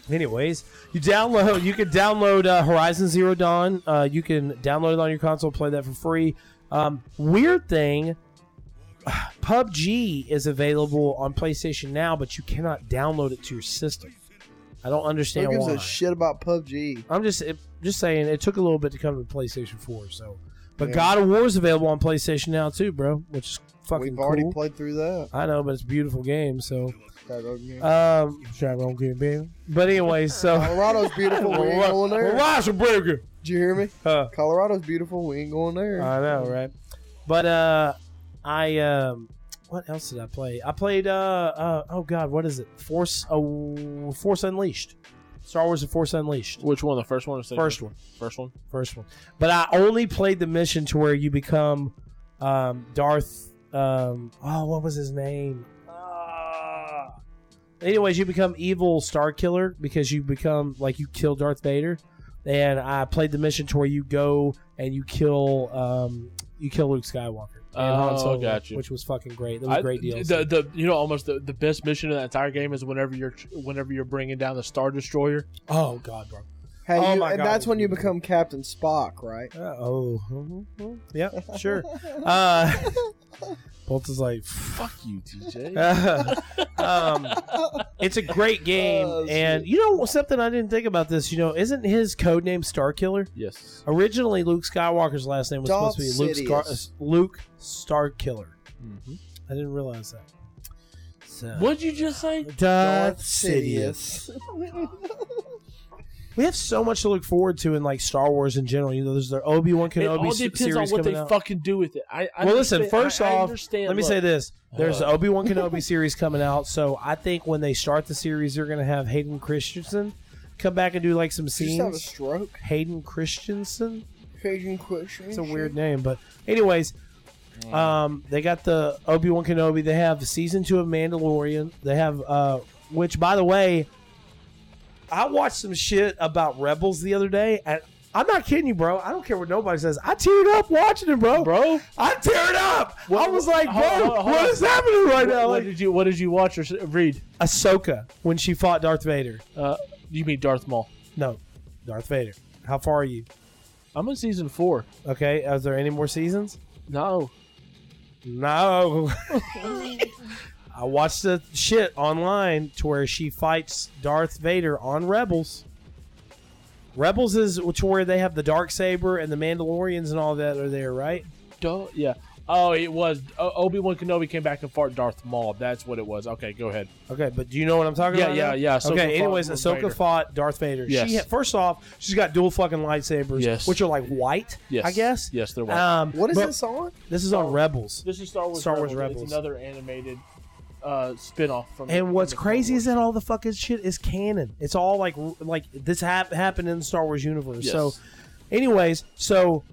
Speaker 2: Anyways, you download. You can download uh, Horizon Zero Dawn. Uh, you can download it on your console, play that for free. Um, weird thing, PUBG is available on PlayStation now, but you cannot download it to your system. I don't
Speaker 3: Who
Speaker 2: understand
Speaker 3: gives
Speaker 2: why.
Speaker 3: a shit about PUBG?
Speaker 2: I'm just it, just saying it took a little bit to come to PlayStation Four. So, but
Speaker 3: Yeah.
Speaker 2: God of War is available on PlayStation now too, bro. Which is fucking
Speaker 3: We've already
Speaker 2: cool.
Speaker 3: played through that.
Speaker 2: I know, but it's a beautiful game. So,
Speaker 3: That doesn't mean-
Speaker 2: um, Shotgun King, baby. But anyway, so.
Speaker 3: Colorado's beautiful. We ain't going there.
Speaker 2: Burger.
Speaker 3: Did you hear me?
Speaker 2: Huh.
Speaker 3: Colorado's beautiful. We ain't going there.
Speaker 2: I know, right? But uh, I um, what else did I play? I played uh, uh oh god, what is it? Force oh, Force Unleashed, Star Wars: The Force Unleashed,
Speaker 1: Which one? The first one or second?
Speaker 2: first one,
Speaker 1: First one.
Speaker 2: first one. But I only played the mission to where you become um Darth um oh what was his name? Ah. Anyways, you become evil Star Killer because you become like you kill Darth Vader, and I played the mission to where you go and you kill um, you kill Luke Skywalker. And
Speaker 1: Oh, gotcha.
Speaker 2: Which was fucking great. That was a great deal.
Speaker 1: The, the you know almost the, the best mission of the entire game is whenever you're whenever you're bringing down the star destroyer.
Speaker 2: oh god, bro.
Speaker 3: Hey,
Speaker 2: Oh
Speaker 3: you-
Speaker 2: my
Speaker 3: and
Speaker 2: God,
Speaker 3: that's
Speaker 2: it's
Speaker 3: when you
Speaker 2: beautiful.
Speaker 3: become Captain Spock, right?
Speaker 2: Uh, oh, yeah, sure. Uh, Bolt is like,
Speaker 1: Fuck you, TJ.
Speaker 2: um, it's a great game,
Speaker 3: Oh,
Speaker 2: and
Speaker 3: shit.
Speaker 2: you know something I didn't think about this. You know, isn't his code name Star Killer?
Speaker 1: yes.
Speaker 2: Originally, Luke Skywalker's last name was
Speaker 3: Darth
Speaker 2: supposed to be Luke, Scar-
Speaker 3: Sidious.
Speaker 2: Luke Star Killer. I didn't realize that. So.
Speaker 1: Mm-hmm. What'd you just say?
Speaker 2: Darth Sidious. We have so much to look forward to in like Star Wars in general. You know, there's the Obi Wan
Speaker 1: It all
Speaker 2: Kenobi s-
Speaker 1: depends on
Speaker 2: series
Speaker 1: what they
Speaker 2: coming out.
Speaker 1: fucking do with it. I, I
Speaker 2: Well, listen,
Speaker 1: understand-
Speaker 2: first
Speaker 1: I- I
Speaker 2: off,
Speaker 1: understand,
Speaker 2: Let me
Speaker 1: look,
Speaker 2: say this: there's the
Speaker 1: Ugh.
Speaker 2: Obi Wan Kenobi series coming out, so I think when they start the series, they're gonna have Hayden Christensen come back and do like some
Speaker 3: Did you just have a
Speaker 2: scenes.
Speaker 3: stroke?
Speaker 2: Hayden Christensen.
Speaker 3: Cajun question.
Speaker 2: It's a weird name, but anyways, um, they got the Obi Wan Kenobi. They have season two of Mandalorian. They have, uh, which by the way, I watched some shit about Rebels the other day, and I'm not kidding you, bro. I don't care what nobody says. I teared up watching it, bro.
Speaker 1: bro.
Speaker 2: I teared up.
Speaker 1: What-
Speaker 2: I was like,
Speaker 1: hold-
Speaker 2: bro,
Speaker 1: hold- hold
Speaker 2: what
Speaker 1: on.
Speaker 2: is happening
Speaker 1: What,
Speaker 2: right now?
Speaker 1: what
Speaker 2: Like
Speaker 1: did you What did you watch or s- read?
Speaker 2: Ahsoka when she fought Darth Vader.
Speaker 1: Uh, you mean Darth Maul?
Speaker 2: No, Darth Vader. How far are you?
Speaker 1: I'm in season four.
Speaker 2: Okay, are there any more seasons?
Speaker 1: No,
Speaker 2: No. I watched the shit online to where she fights Darth Vader on Rebels. Rebels is to where they have the dark saber and the Mandalorians and all that are there, right?
Speaker 1: Duh. Yeah. Oh, it was Obi Wan Kenobi came back and fought Darth Maul. That's what it was. Okay, go ahead.
Speaker 2: Okay, but do you know what I'm talking
Speaker 1: Yeah,
Speaker 2: about?
Speaker 1: yeah,
Speaker 2: now?
Speaker 1: yeah. Ahsoka
Speaker 2: okay.
Speaker 1: fought
Speaker 2: Anyways,
Speaker 1: Darth
Speaker 2: Ahsoka
Speaker 1: Vader.
Speaker 2: fought Darth Vader.
Speaker 1: Yes.
Speaker 2: She had, first off, she's got dual fucking lightsabers,
Speaker 1: Yes.
Speaker 2: which are like white.
Speaker 1: Yes.
Speaker 2: I guess.
Speaker 1: Yes, there was.
Speaker 2: Um,
Speaker 3: What is
Speaker 2: but
Speaker 3: this on?
Speaker 2: This is on Rebels.
Speaker 1: this is Star Wars.
Speaker 2: Star Wars Rebels.
Speaker 1: It's another animated uh, spin-off from.
Speaker 2: And what's
Speaker 1: from the Star
Speaker 2: crazy
Speaker 1: Wars.
Speaker 2: is that all the fucking shit is canon. It's all like like this hap- happened in the Star Wars universe.
Speaker 1: Yes.
Speaker 2: So, anyways, so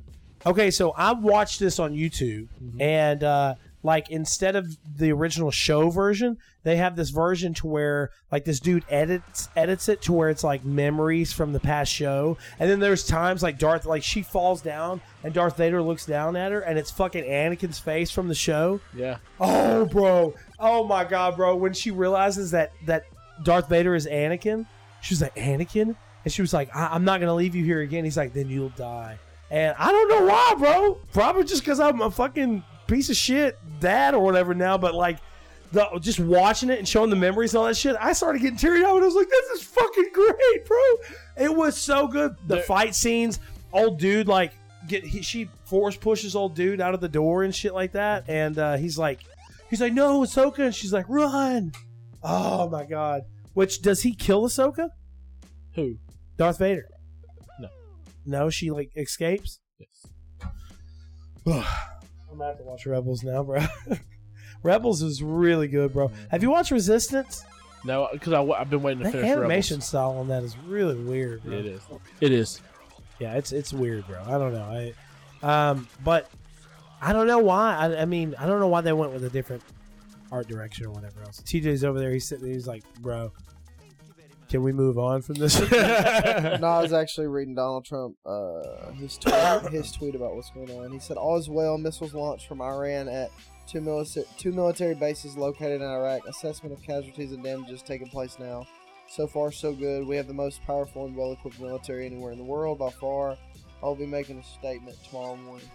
Speaker 2: okay, so I watched this on YouTube,
Speaker 1: Mm-hmm.
Speaker 2: and uh, like instead of the original show version, they have this version to where like this dude edits edits it to where it's like memories from the past show, and then there's times like Darth like she falls down and Darth Vader looks down at her, and it's fucking Anakin's face from the show.
Speaker 1: yeah.
Speaker 2: Oh, bro. Oh my god, bro. When she realizes that that Darth Vader is Anakin, she was like, Anakin, and she was like, I- am not gonna leave you here again. He's like, then you'll die. And I don't know why, bro. Probably just because I'm a fucking piece of shit dad or whatever now. But like, the, just watching it and showing the memories and all that shit, I started getting teary eyed. I was like, this is fucking great, bro. It was so good. The
Speaker 1: There-
Speaker 2: fight scenes, old dude, like, get he, she force pushes old dude out of the door and shit like that. And uh, he's like, he's like, no, Ahsoka. And she's like, run. Oh my God. Which, does he kill Ahsoka?
Speaker 1: Who?
Speaker 2: Darth Vader.
Speaker 1: No.
Speaker 2: No, she like escapes.
Speaker 1: Yes.
Speaker 2: I'm gonna have to watch Rebels now, bro. Rebels is really good, bro. Have you watched Resistance?
Speaker 1: No, because I've been waiting to
Speaker 2: That
Speaker 1: finish
Speaker 2: animation style on that is really weird. Bro.
Speaker 1: Rebels. It is. It is.
Speaker 2: Yeah, it's it's weird, bro. I don't know. I, um, but I don't know why. I, I mean, I don't know why they went with a different art direction or whatever else. TJ's over there. He's sitting. there, He's like, bro, can we move on from this?
Speaker 3: No, I was actually reading Donald Trump, uh, his tweet, his tweet about what's going on. He said, "All is well. Missiles launched from Iran at two, milita- two military bases located in Iraq. Assessment of casualties and damages taking place now. So far, so good. We have the most powerful and well-equipped military anywhere in the world by far. I'll be making a statement tomorrow morning.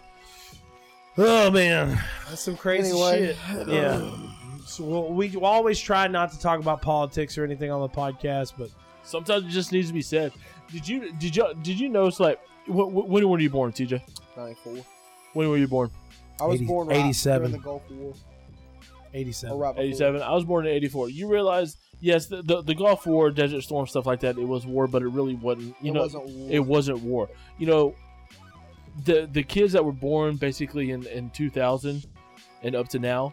Speaker 2: oh man, that's some crazy
Speaker 3: Anyway,
Speaker 2: shit. Yeah. So we'll, we always try not to talk about politics or anything on the podcast, but
Speaker 1: Sometimes it just needs to be said. Did you? Did you? Did you notice? Like, when, when were you born, TJ?
Speaker 3: 94.
Speaker 1: When were you born?
Speaker 3: I was
Speaker 2: 80
Speaker 3: born right
Speaker 2: 87.
Speaker 3: during the Gulf War, or
Speaker 2: 87.
Speaker 3: right before.
Speaker 1: 87. I was born in 84. You realize, yes, the, the, the Gulf War, Desert Storm, stuff like that, it was war, but it really wasn't. You
Speaker 3: it
Speaker 1: know,
Speaker 3: wasn't war.
Speaker 1: it wasn't war. You know, the the kids that were born basically in, in 2000 and up to now,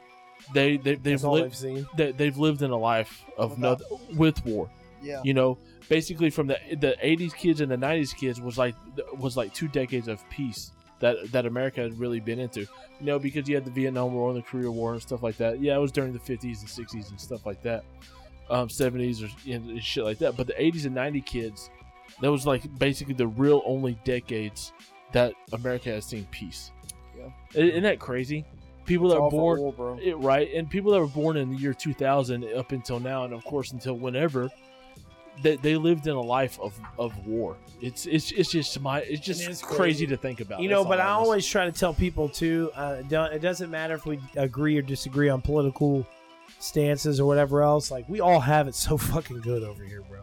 Speaker 1: they, they, they've,
Speaker 2: That's all
Speaker 1: lived
Speaker 2: I've seen.
Speaker 1: they, they've lived in a life of
Speaker 3: Without-
Speaker 1: nothing with war.
Speaker 3: yeah.
Speaker 1: You know, basically from the the 80s kids and the 90s kids was like was like two decades of peace that that America had really been into. You know, because you had the Vietnam War and the Korea War and stuff like that. Yeah, it was during the 50s and 60s and stuff like that, um, 70s or and, and shit like that. But the 80s and 90 kids, that was like basically the real only decades that America has seen peace.
Speaker 3: Yeah.
Speaker 1: I- Isn't that crazy? People that
Speaker 3: It's
Speaker 1: are
Speaker 3: all for
Speaker 1: born
Speaker 3: war, bro.
Speaker 1: it, right? And people that were born in the year 2000 up until now, and of course until whenever, they, they lived in a life of, of war. It's it's it's just my it's just
Speaker 2: is
Speaker 1: crazy.
Speaker 2: crazy.
Speaker 1: to think about.
Speaker 2: You know,
Speaker 1: That's
Speaker 2: but
Speaker 1: all it
Speaker 2: I
Speaker 1: is.
Speaker 2: always try to tell people too. Uh, don't, it doesn't matter if we agree or disagree on political stances or whatever else. Like we all have it so fucking good over here, bro.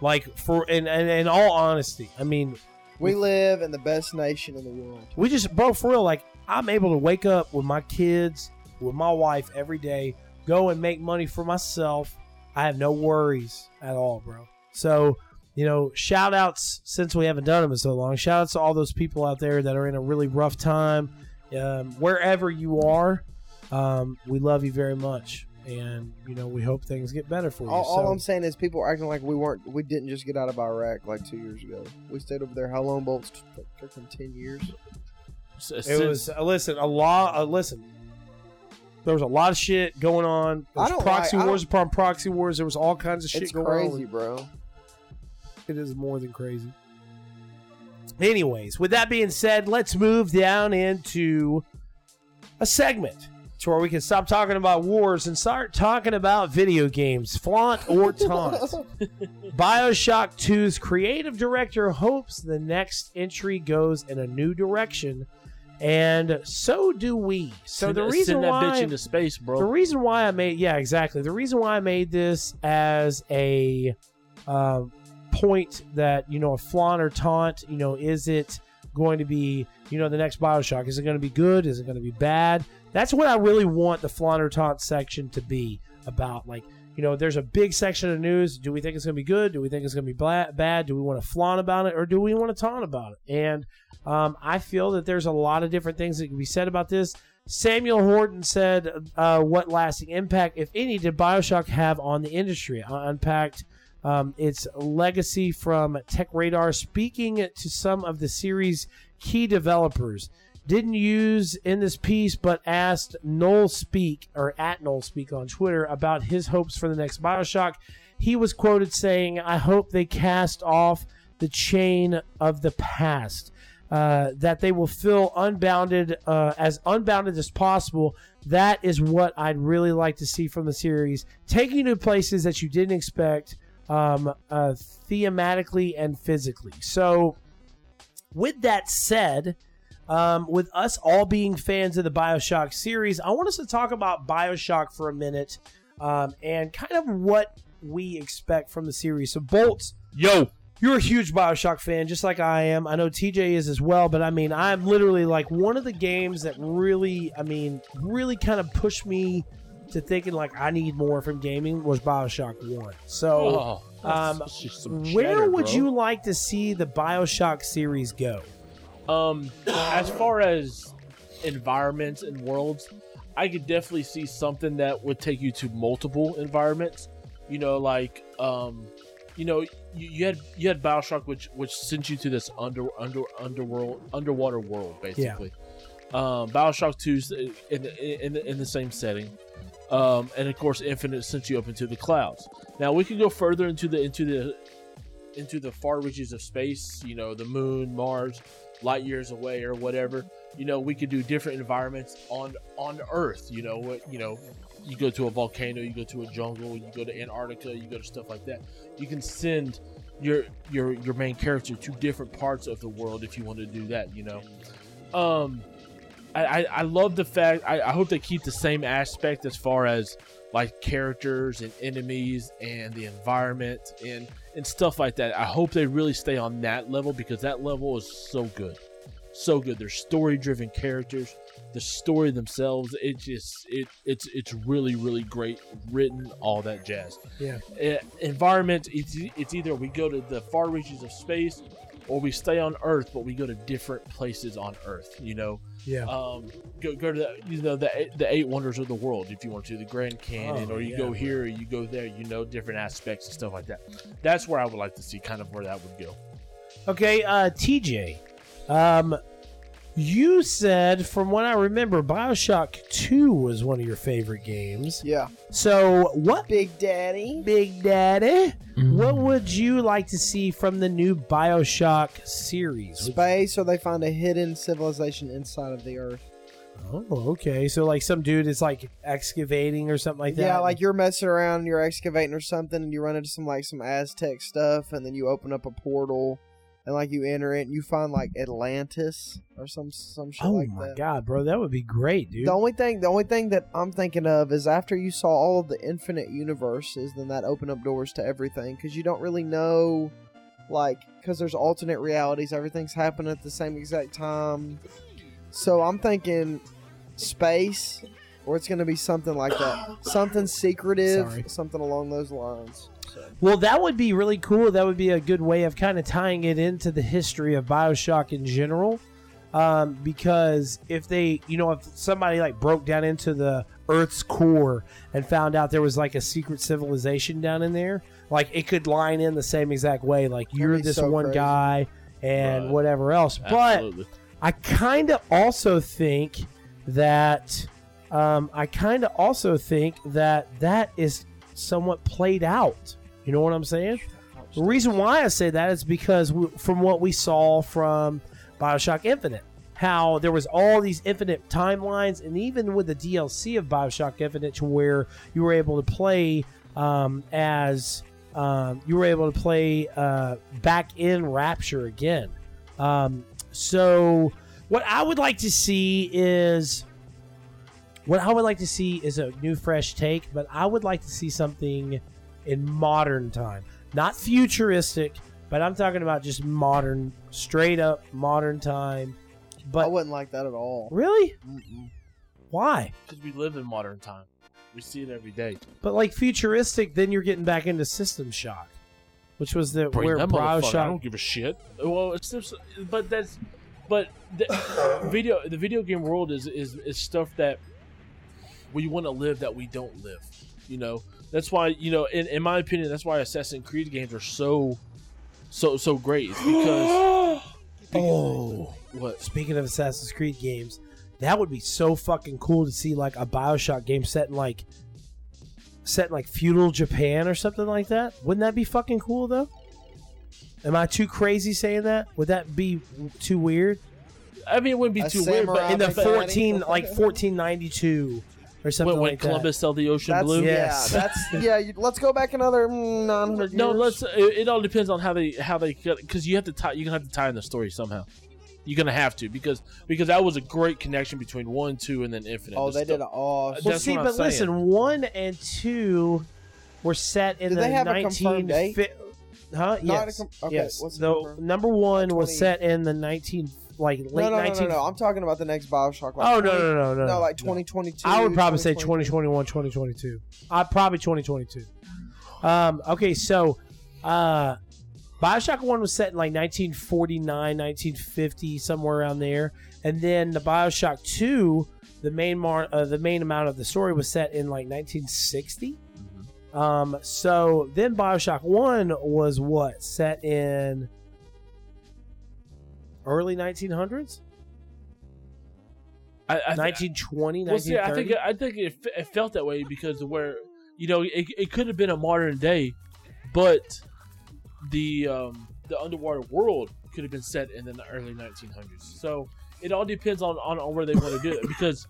Speaker 2: Like for and and in all honesty, I mean,
Speaker 3: We live in the best nation in the world.
Speaker 2: We just, bro, for real, like, I'm able to wake up with my kids, with my wife every day, go and make money for myself. I have no worries at all, bro. So, you know, shout outs since we haven't done them in so long. Shout outs to all those people out there that are in a really rough time, um, wherever you are. Um, we love you very much. And, you know, we hope things get better for you.
Speaker 3: All, all
Speaker 2: So-
Speaker 3: I'm saying is people are acting like we weren't, we didn't just get out of Iraq like two years ago. We stayed over there how long, Bolts? Freaking ten years.
Speaker 1: S- since-
Speaker 2: it was, uh, listen, a lot, uh, listen. There was a lot of shit going on. There
Speaker 3: I
Speaker 2: was
Speaker 3: don't
Speaker 2: proxy
Speaker 3: like- I
Speaker 2: wars upon proxy wars. There was all kinds of shit
Speaker 3: It's
Speaker 2: going
Speaker 3: crazy,
Speaker 2: on.
Speaker 3: bro.
Speaker 2: It is more than crazy. Anyways, with that being said, let's move down into a segment to where we can stop talking about wars and start talking about video games, flaunt or taunt. Bioshock 2's creative director hopes the next entry goes in a new direction, and so do we. So
Speaker 1: send
Speaker 2: the
Speaker 1: that-
Speaker 2: reason
Speaker 1: send that
Speaker 2: why
Speaker 1: bitch into space, bro.
Speaker 2: the reason why I made yeah exactly the reason why I made this as a um, point that you know a flaunt or taunt you know is it going to be, you know, the next Bioshock? Is it going to be good? Is it going to be bad? That's what I really want the Flaunertant section to be about. Like, you know, there's a big section of news. Do we think it's going to be good? Do we think it's going to be bla- bad? Do we want to flaunt about it or do we want to taunt about it? And um, I feel that there's a lot of different things that can be said about this. Samuel Horton said, uh, "What lasting impact, if any, did Bioshock have on the industry?" I unpacked um, its legacy from Tech Radar, speaking to some of the series' key developers. Didn't use in this piece, but asked Noel Speak or at Noel Speak on Twitter about his hopes for the next Bioshock. He was quoted saying, "I hope they cast off the chain of the past." uh, that they will feel unbounded, uh, as unbounded as possible. That is what I'd really like to see from the series, taking you to places that you didn't expect, um, uh, thematically and physically. So, with that said, um, with us all being fans of the Bioshock series, I want us to talk about Bioshock for a minute um, and kind of what we expect from the series. So, Bolts
Speaker 1: Yo,
Speaker 2: you're a huge Bioshock fan, just like I am. I know TJ is as well, but I mean, I'm literally like one of the games that really, I mean, really kind of pushed me to thinking like I need more from gaming was Bioshock One. So,
Speaker 1: oh,
Speaker 2: um,
Speaker 1: that's just some
Speaker 2: where
Speaker 1: cheddar,
Speaker 2: would
Speaker 1: bro.
Speaker 2: you like to see the Bioshock series go?
Speaker 1: Um, as far as environments and worlds, I could definitely see something that would take you to multiple environments. You know, like um, you know, you, you had you had Bioshock, which which sent you to this under under underworld underwater world basically. Um, Bioshock 2's in the, in the, in the same setting, um, and of course, Infinite sent you up into the clouds. Now we could go further into the into the into the far reaches of space. You know, the moon, Mars, light years away or whatever you know we could do different environments on on earth you know what you know you go to a volcano you go to a jungle you go to antarctica you go to stuff like that you can send your your your main character to different parts of the world if you want to do that you know um i i, I love the fact I, I hope they keep the same aspect as far as like characters and enemies and the environment and and stuff like that i hope they really stay on that level because that level is so good so good they're story driven characters the story themselves it just it it's it's really really great written all that jazz
Speaker 2: Yeah.
Speaker 1: Eh, environment it's, it's either we go to the far reaches of space or we stay on earth but we go to different places on earth you know
Speaker 2: Yeah,
Speaker 1: um, go, go to the, you know the eight- the eight wonders of the world if you want to the Grand Canyon
Speaker 2: Oh,
Speaker 1: or you
Speaker 2: yeah,
Speaker 1: go
Speaker 2: bro.
Speaker 1: here or you go there you know different aspects and stuff like that. That's where I would like to see kind of where that would go.
Speaker 2: Okay, uh, TJ, um, you said from what I remember, Bioshock Two was one of your favorite games.
Speaker 3: Yeah,
Speaker 2: So, what
Speaker 3: Big Daddy.
Speaker 2: Big Daddy. What would you like to see from the new Bioshock series?
Speaker 3: Space, or they find a hidden civilization inside of the Earth.
Speaker 2: Oh, okay. So like some dude is like excavating or something like that.
Speaker 3: Yeah, like you're messing around, you're excavating or something, and you run into some like some Aztec stuff, and then you open up a portal, and like you enter it, and you find like Atlantis or some some shit
Speaker 2: oh
Speaker 3: like
Speaker 2: my
Speaker 3: that.
Speaker 2: god, bro, that would be great, dude.
Speaker 3: The only thing, the only thing that I'm thinking of is after you saw all of the infinite universes, then that opened up doors to everything because you don't really know, like, because there's alternate realities. Everything's happening at the same exact time. So I'm thinking space, or it's gonna be something like that, something secretive,
Speaker 2: Sorry.
Speaker 3: something along those lines. So,
Speaker 2: Well, that would be really cool. That would be a good way of kind of tying it into the history of Bioshock in general. Um, because if they, you know, if somebody like broke down into the Earth's core and found out there was like a secret civilization down in there, like it could line in the same exact way. Like you're
Speaker 3: be
Speaker 2: this
Speaker 3: so
Speaker 2: one
Speaker 3: crazy.
Speaker 2: guy and
Speaker 1: Right.
Speaker 2: whatever else. But
Speaker 1: Absolutely.
Speaker 2: I kind of also think that um, I kind of also think that that is somewhat played out. You know what I'm saying? The reason why I say that is because we, from what we saw from Bioshock Infinite, how there was all these infinite timelines, and even with the DLC of Bioshock Infinite, to where you were able to play um, as um, you were able to play uh, back in Rapture again. Um, so, what I would like to see is what I would like to see is a new, fresh take, but I would like to see something in modern time, not futuristic, But I'm talking about just modern, straight up modern time.
Speaker 3: I
Speaker 2: But
Speaker 3: wouldn't like that at all.
Speaker 2: really,
Speaker 3: Mm-mm.
Speaker 2: why?
Speaker 1: because we live in modern time. We see it every day.
Speaker 2: But like futuristic, then you're getting back into System Shock, which was the
Speaker 1: Bring
Speaker 2: where
Speaker 1: that motherfucker. I
Speaker 2: Bioshock.
Speaker 1: don't give a shit. Well, it's just, but that's, but the video, the video game world is is is stuff that we want to live that we don't live. You know, that's why you know, in in my opinion, that's why Assassin's Creed games are so, so so great. It's because
Speaker 2: oh,
Speaker 1: what?
Speaker 2: speaking of Assassin's Creed games, that would be so fucking cool to see like a Bioshock game set in like set in like feudal Japan or something like that. Wouldn't that be fucking cool though? Am I too crazy saying that? Would that be too weird?
Speaker 1: I mean, it wouldn't be
Speaker 3: A
Speaker 1: too weird, but
Speaker 3: samurai
Speaker 2: In the
Speaker 3: Probably.
Speaker 2: fourteen like fourteen ninety two or something
Speaker 1: when, when
Speaker 2: like
Speaker 1: Columbus sailed the ocean
Speaker 3: That's
Speaker 1: blue,
Speaker 2: Yes.
Speaker 3: yeah. That's yeah. You, let's go back another mm, 900 years.
Speaker 1: No, let's. It, it all depends on how they how they because you have to tie. You're gonna have to tie in the story somehow. You're gonna have to because because that was a great connection between one, two, and then infinite.
Speaker 3: Oh,
Speaker 1: The
Speaker 3: they
Speaker 1: sto-
Speaker 3: did an awesome.
Speaker 2: that. Well,
Speaker 1: That's
Speaker 2: see,
Speaker 1: what I'm
Speaker 2: but
Speaker 1: saying.
Speaker 2: listen, one and two were set in
Speaker 3: Do
Speaker 2: the
Speaker 3: they have a
Speaker 2: nineteen.
Speaker 3: confirmed date?
Speaker 2: fi- huh?
Speaker 3: Not a
Speaker 2: yes.
Speaker 3: com- okay,
Speaker 2: yes.
Speaker 3: what's
Speaker 2: the
Speaker 3: confirmed?
Speaker 2: number one was
Speaker 3: 20.
Speaker 2: set in the nineteen, like late
Speaker 3: no, no, no,
Speaker 2: nineteen.
Speaker 3: no, no. I'm talking about the next Bioshock. Like
Speaker 2: Oh no,
Speaker 3: 20
Speaker 2: no, no, no,
Speaker 3: No, like 2022.
Speaker 2: I would probably say
Speaker 3: 2023.
Speaker 2: 2021, 2022. I Uh, probably 2022. Um, okay, so uh, Bioshock One was set in like 1949, 1950, somewhere around there, and then the Bioshock Two, the main mar- uh, the main amount of the story was set in like 1960. Um, so then Bioshock One was what set in early 1900s,
Speaker 1: I, I,
Speaker 2: 1920,
Speaker 1: well, see, I think
Speaker 2: 1930?
Speaker 1: I think it, fe- it felt that way because of where you know it, it could have been a modern day, but the um, the underwater world could have been set in the early 1900s. So it all depends on on, on where they want to do it because.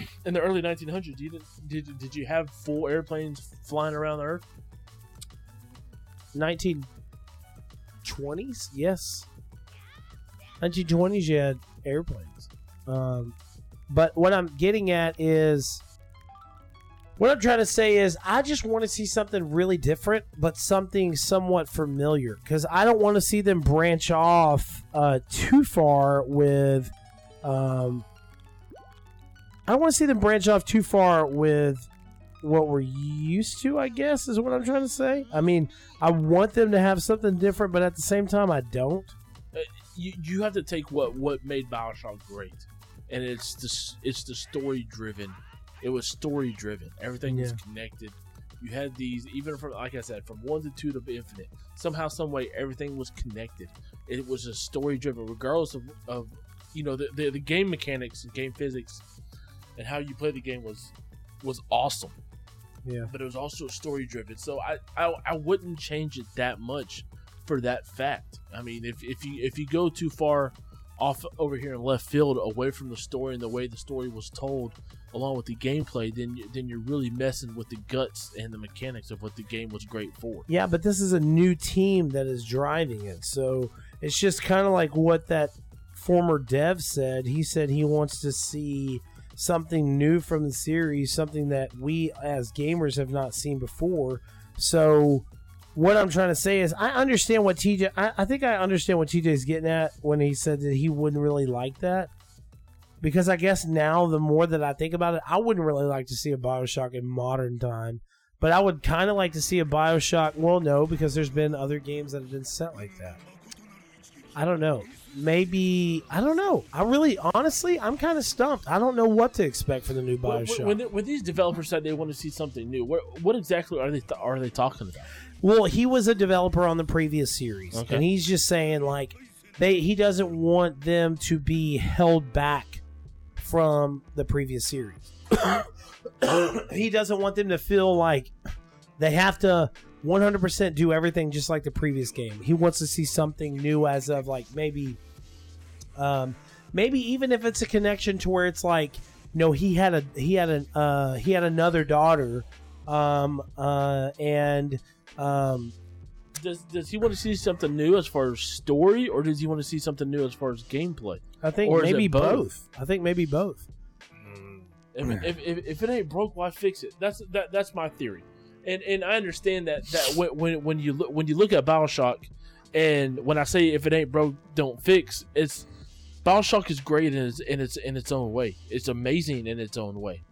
Speaker 1: In the early 1900s, you didn't, did did you have full airplanes flying around the Earth?
Speaker 2: 1920s? Yes. 1920s, you had airplanes. Um, but what I'm getting at is what I'm trying to say is I just want to see something really different, but something somewhat familiar because I don't want to see them branch off uh, too far with. Um, I don't want to see them branch off too far with what we're used to, I guess, is what I'm trying to say. I mean, I want them to have something different, but at the same time, I don't.
Speaker 1: you, you have to take what what made Bioshock great, and it's the s- it's the story driven. It was story driven. Everything was
Speaker 2: Yeah.
Speaker 1: connected. You had these even from like I said, from one to two to infinite. Somehow, some way, everything was connected. It was a story driven, regardless of, of you know the, the the game mechanics and game physics, and how you play the game was was awesome
Speaker 2: Yeah.
Speaker 1: but it was also story driven. So I, I I wouldn't change it that much for that fact. I mean, if, if you if you go too far off over here in left field, away from the story and the way the story was told, along with the gameplay, then you- then you're really messing with the guts and the mechanics of what the game was great for.
Speaker 2: Yeah, but this is a new team that is driving it. So it's just kind of like what that former dev said. He said he wants to see something new from the series, something that we as gamers have not seen before. So what I'm trying to say is I understand what TJ I, I think I understand what TJ's getting at when he said that he wouldn't really like that. Because I guess now the more that I think about it, I wouldn't really like to see a Bioshock in modern time. But I would kind of like to see a Bioshock. Well, no, because there's been other games that have been set like that. I don't know. Maybe I don't know. I really, honestly, I'm kind of stumped. I don't know what to expect for the new
Speaker 1: When,
Speaker 2: Bioshock.
Speaker 1: when, when these developers said they want to see something new, what what exactly are they th- are they talking about?
Speaker 2: Well, he was a developer on the previous series,
Speaker 1: Okay.
Speaker 2: and he's just saying like they he doesn't want them to be held back from the previous series. he doesn't want them to feel like they have to 100% do everything just like the previous game. He wants to see something new as of like maybe um maybe even if it's a connection to where it's like no, he had a he had an uh he had another daughter um uh and um,
Speaker 1: Does does he want to see something new as far as story, or does he want to see something new as far as gameplay?
Speaker 2: I think
Speaker 1: Or is it
Speaker 2: maybe both?
Speaker 1: both?
Speaker 2: I think maybe both.
Speaker 1: If, if, if, if it ain't broke, why fix it? That's that that's my theory, and and I understand that that when when, when you look when you look at Bioshock, And when I say if it ain't broke, don't fix, it's Bioshock is great in its in its in its own way. It's amazing in its own way.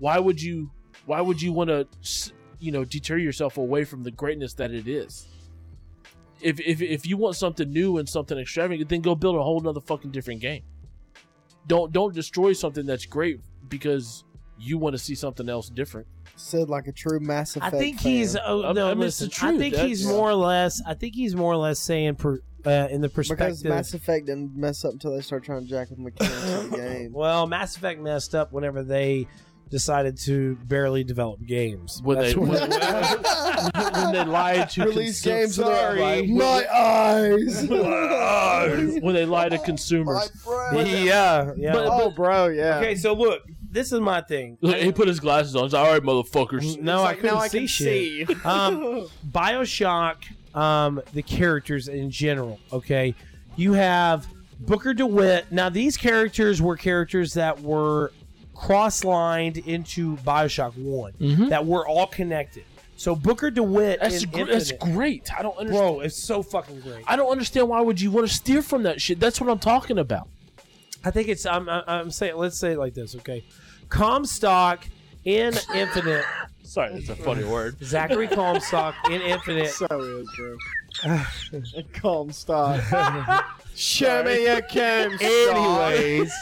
Speaker 1: Why would you Why would you want to you know deter yourself away from the greatness that it is? If if if you want something new and something extravagant, then go build a whole nother fucking different game. Don't don't destroy something that's great because you want to see something else different.
Speaker 3: Said like a true Mass
Speaker 2: I
Speaker 3: Effect.
Speaker 2: think
Speaker 3: fan.
Speaker 2: he's. Oh,
Speaker 1: I-
Speaker 2: no,
Speaker 1: I mean, it's the
Speaker 2: listen. I
Speaker 1: truth.
Speaker 2: think
Speaker 1: That's-
Speaker 2: he's more or less. I think he's more or less saying per, uh, in the perspective.
Speaker 3: because Mass Effect didn't mess up until they started trying to jack with mechanics of the game.
Speaker 2: well, Mass Effect messed up whenever they decided to barely develop games.
Speaker 1: When
Speaker 2: That's
Speaker 1: they-
Speaker 2: when-
Speaker 1: when- When they lied to
Speaker 3: Release
Speaker 1: consum-
Speaker 3: games sorry.
Speaker 2: sorry.
Speaker 3: my eyes.
Speaker 1: when they lie to consumers.
Speaker 2: yeah, yeah.
Speaker 1: But-
Speaker 3: oh, bro, yeah.
Speaker 2: okay, so look, this is my thing.
Speaker 1: Look, he put his glasses on. He's like, all right, motherfuckers.
Speaker 2: No, I couldn't see shit. Um, Bioshock, um, the characters in general. Okay, you have Booker DeWitt. Now these characters were characters that were cross-lined into Bioshock One,
Speaker 1: Mhm.
Speaker 2: that were all connected. So Booker DeWitt
Speaker 1: That's
Speaker 2: is
Speaker 1: gr- that's
Speaker 2: Infinite.
Speaker 1: great. I don't understand.
Speaker 2: bro. It's so fucking great.
Speaker 1: I don't understand why would you want to steer from that shit. That's what I'm talking about.
Speaker 2: I think it's I'm I'm- I'm saying let's say it like this, okay? Comstock in Infinite,
Speaker 1: Sorry, that's a funny word.
Speaker 2: Zachary Comstock in Infinite.
Speaker 3: So is, bro. Calm, stop. Show me your cam.
Speaker 2: Anyways,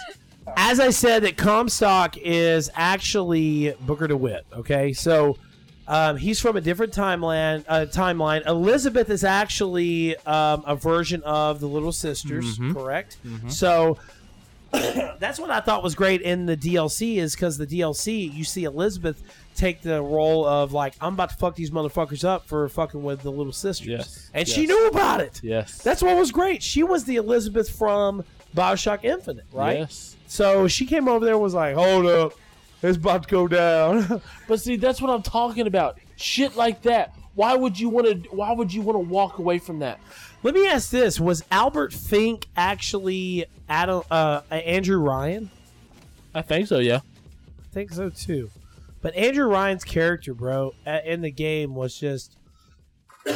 Speaker 2: as I said, that Comstock is actually Booker DeWitt. Okay, so um, he's from a different timeline. Uh, timeline. Elizabeth is actually um, a version of the Little Sisters,
Speaker 1: Mm-hmm.
Speaker 2: correct? So that's what I thought was great in the DLC is because the DLC you see Elizabeth take the role of like I'm about to fuck these motherfuckers up for fucking with the Little Sisters,
Speaker 1: Yes,
Speaker 2: and she
Speaker 1: yes.
Speaker 2: knew about it.
Speaker 1: Yes.
Speaker 2: That's what was great. She was the Elizabeth from Bioshock Infinite, right?
Speaker 1: Yes.
Speaker 2: So she came over there and was like, hold up, it's about to go down.
Speaker 1: But see, that's what I'm talking about. Shit like that. Why would you want to? Why would you want to walk away from that?
Speaker 2: Let me ask this Was Albert Fink actually Adam, uh, Andrew Ryan?
Speaker 1: I think so. Yeah.
Speaker 2: I think so too. But Andrew Ryan's character, bro, a- in the game was just.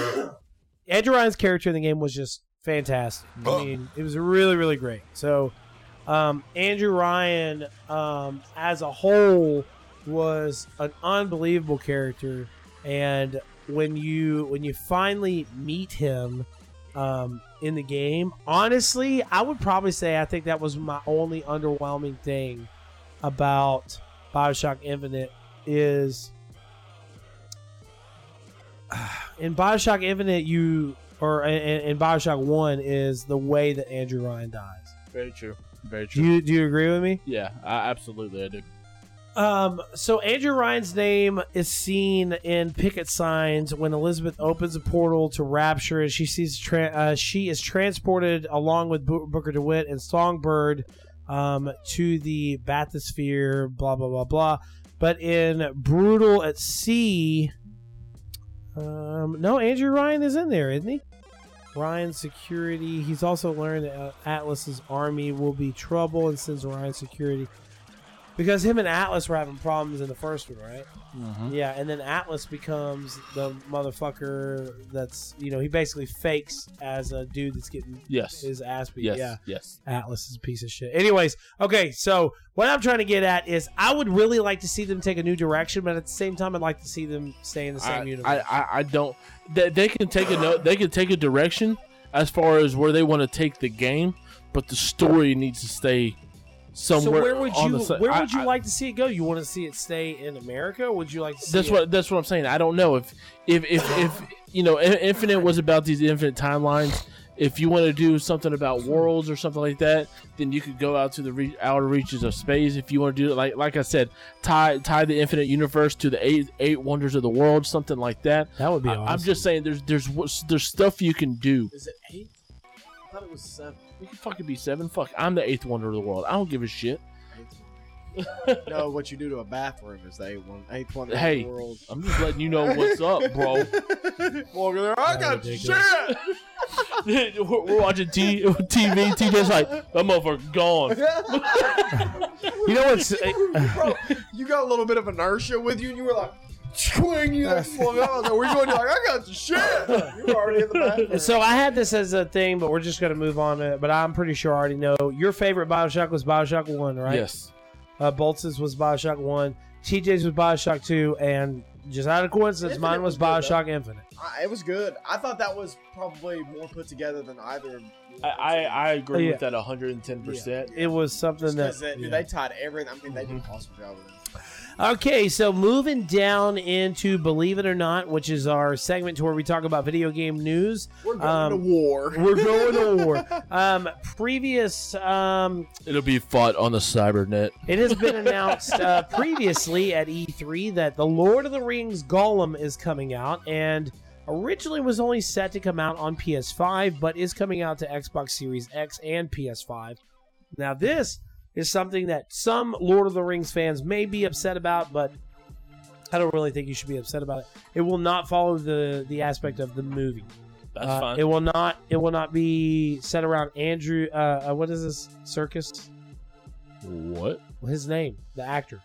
Speaker 2: Andrew Ryan's character in the game was just fantastic. I mean, it was really, really great. So, um, Andrew Ryan, um, as a whole, was an unbelievable character, and when you when you finally meet him um, in the game, honestly, I would probably say I think that was my only underwhelming thing about Bioshock Infinite is in Bioshock Infinite you or in, in Bioshock One is the way that Andrew Ryan dies.
Speaker 1: Very true. Very
Speaker 2: Do you do you agree with me?
Speaker 1: yeah, I, absolutely I do.
Speaker 2: Um, so Andrew Ryan's name is seen in picket signs when Elizabeth opens a portal to Rapture, and she sees tra- uh, she is transported along with Bo- Booker DeWitt and Songbird um, to the bathysphere. Blah blah blah blah. But in Brutal at Sea, um, no, Andrew Ryan is in there, isn't he? Ryan Security. He's also learned that uh, Atlas's army will be trouble and sends Ryan Security because him and Atlas were having problems in the first one, right?
Speaker 1: Uh-huh. Mm-hmm.
Speaker 2: Yeah, and then Atlas becomes the motherfucker that's you know he basically fakes as a dude that's getting
Speaker 1: Yes.
Speaker 2: his ass beat.
Speaker 1: Yes.
Speaker 2: Yeah,
Speaker 1: Yes.
Speaker 2: Atlas is a piece of shit. Anyways, okay, so what I'm trying to get at is I would really like to see them take a new direction, but at the same time, I'd like to see them stay in the same
Speaker 1: I,
Speaker 2: universe.
Speaker 1: I, I, I don't. They, they can take a note. They can take a direction as far as where they want to take the game, but the story needs to stay
Speaker 2: so
Speaker 1: somewhere.
Speaker 2: where would
Speaker 1: on
Speaker 2: you
Speaker 1: the, si-
Speaker 2: where
Speaker 1: I-
Speaker 2: would you
Speaker 1: I-
Speaker 2: like to see it go? You want to see it stay in America? Or would you like to see
Speaker 1: That's
Speaker 2: it-
Speaker 1: what. That's what I'm saying. I don't know if, if, if, if you know, In- Infinite was about these infinite timelines. If you want to do something about worlds or something like that, then you could go out to the re- outer reaches of space. If you want to do it, like like I said, tie tie the infinite universe to the eight eight wonders of the world, something like that.
Speaker 2: that would be.
Speaker 1: I-
Speaker 2: awesome.
Speaker 1: I'm just saying, there's there's w- there's stuff you can do.
Speaker 4: Is it eight? I thought it was seven.
Speaker 1: We can fucking be seven. Fuck, I'm the eighth wonder of the world. I don't give a shit.
Speaker 4: Eighth one. no, what you do to a bathroom is the eighth one. Eighth one in
Speaker 1: Hey.
Speaker 4: the world.
Speaker 1: I'm just letting you know what's up, bro.
Speaker 4: Walking there, I got
Speaker 2: ridiculous.
Speaker 4: shit.
Speaker 1: we're, we're watching t- TV. TJ's like, that motherfucker gone.
Speaker 2: you know what's
Speaker 1: uh,
Speaker 4: Bro, you got a little bit of inertia with you, and you were like, swing you that slung out. I was like, "We're going to like I got the shit." You were already in the bathroom.
Speaker 2: And so I had this as a thing, but we're just gonna move on to it. But I'm pretty sure I already know your favorite Bioshock was Bioshock One, right?
Speaker 1: Yes.
Speaker 2: Uh, Boltz's was Bioshock One, TJ's was Bioshock Two, and just out of coincidence,
Speaker 4: Infinite
Speaker 2: mine was
Speaker 4: was good, though.
Speaker 2: Bioshock Infinite.
Speaker 4: I, it was good. I thought that was probably more put together than either. of the
Speaker 1: I, I,
Speaker 4: ones.
Speaker 1: I agree
Speaker 2: Oh, Yeah.
Speaker 1: with that 110%.
Speaker 2: It was something
Speaker 4: Just 'cause
Speaker 2: that.
Speaker 4: they,
Speaker 2: yeah.
Speaker 4: they tied everything. I mean, they did
Speaker 1: Mm-hmm.
Speaker 4: an awesome job with it.
Speaker 2: Okay, so moving down into Believe It or Not, which is our segment to where we talk about video game news.
Speaker 4: We're going
Speaker 2: Um,
Speaker 4: to war.
Speaker 2: We're going to war. Um, previous, um,
Speaker 1: It'll be fought on the cybernet.
Speaker 2: it has been announced uh, previously at E3 that the Lord of the Rings Gollum is coming out, and originally was only set to come out on PS5, but is coming out to Xbox Series X and PS5. Now, this is something that some Lord of the Rings fans may be upset about, but I don't really think you should be upset about it. It will not follow the the aspect of the movie.
Speaker 1: That's
Speaker 2: Uh,
Speaker 1: fine.
Speaker 2: It will not. It will not be set around Andrew. Uh, uh, what is this circus?
Speaker 1: what?
Speaker 2: His name, the actor,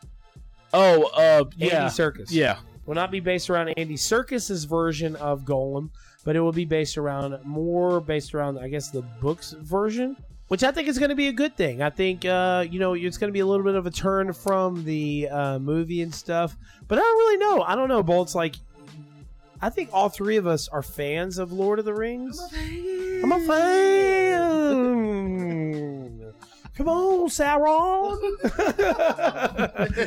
Speaker 1: Oh, uh, yeah.
Speaker 2: Andy Circus.
Speaker 1: Yeah.
Speaker 2: will not be based around Andy Circus's version of Golem, but it will be based around more based around, I guess, the books version, which I think is going to be a good thing. I think uh, you know it's going to be a little bit of a turn from the uh, movie and stuff, but I don't really know. I don't know, Bolt's like. I think all three of us are fans of Lord of the Rings. I'm a fan. Come on, um,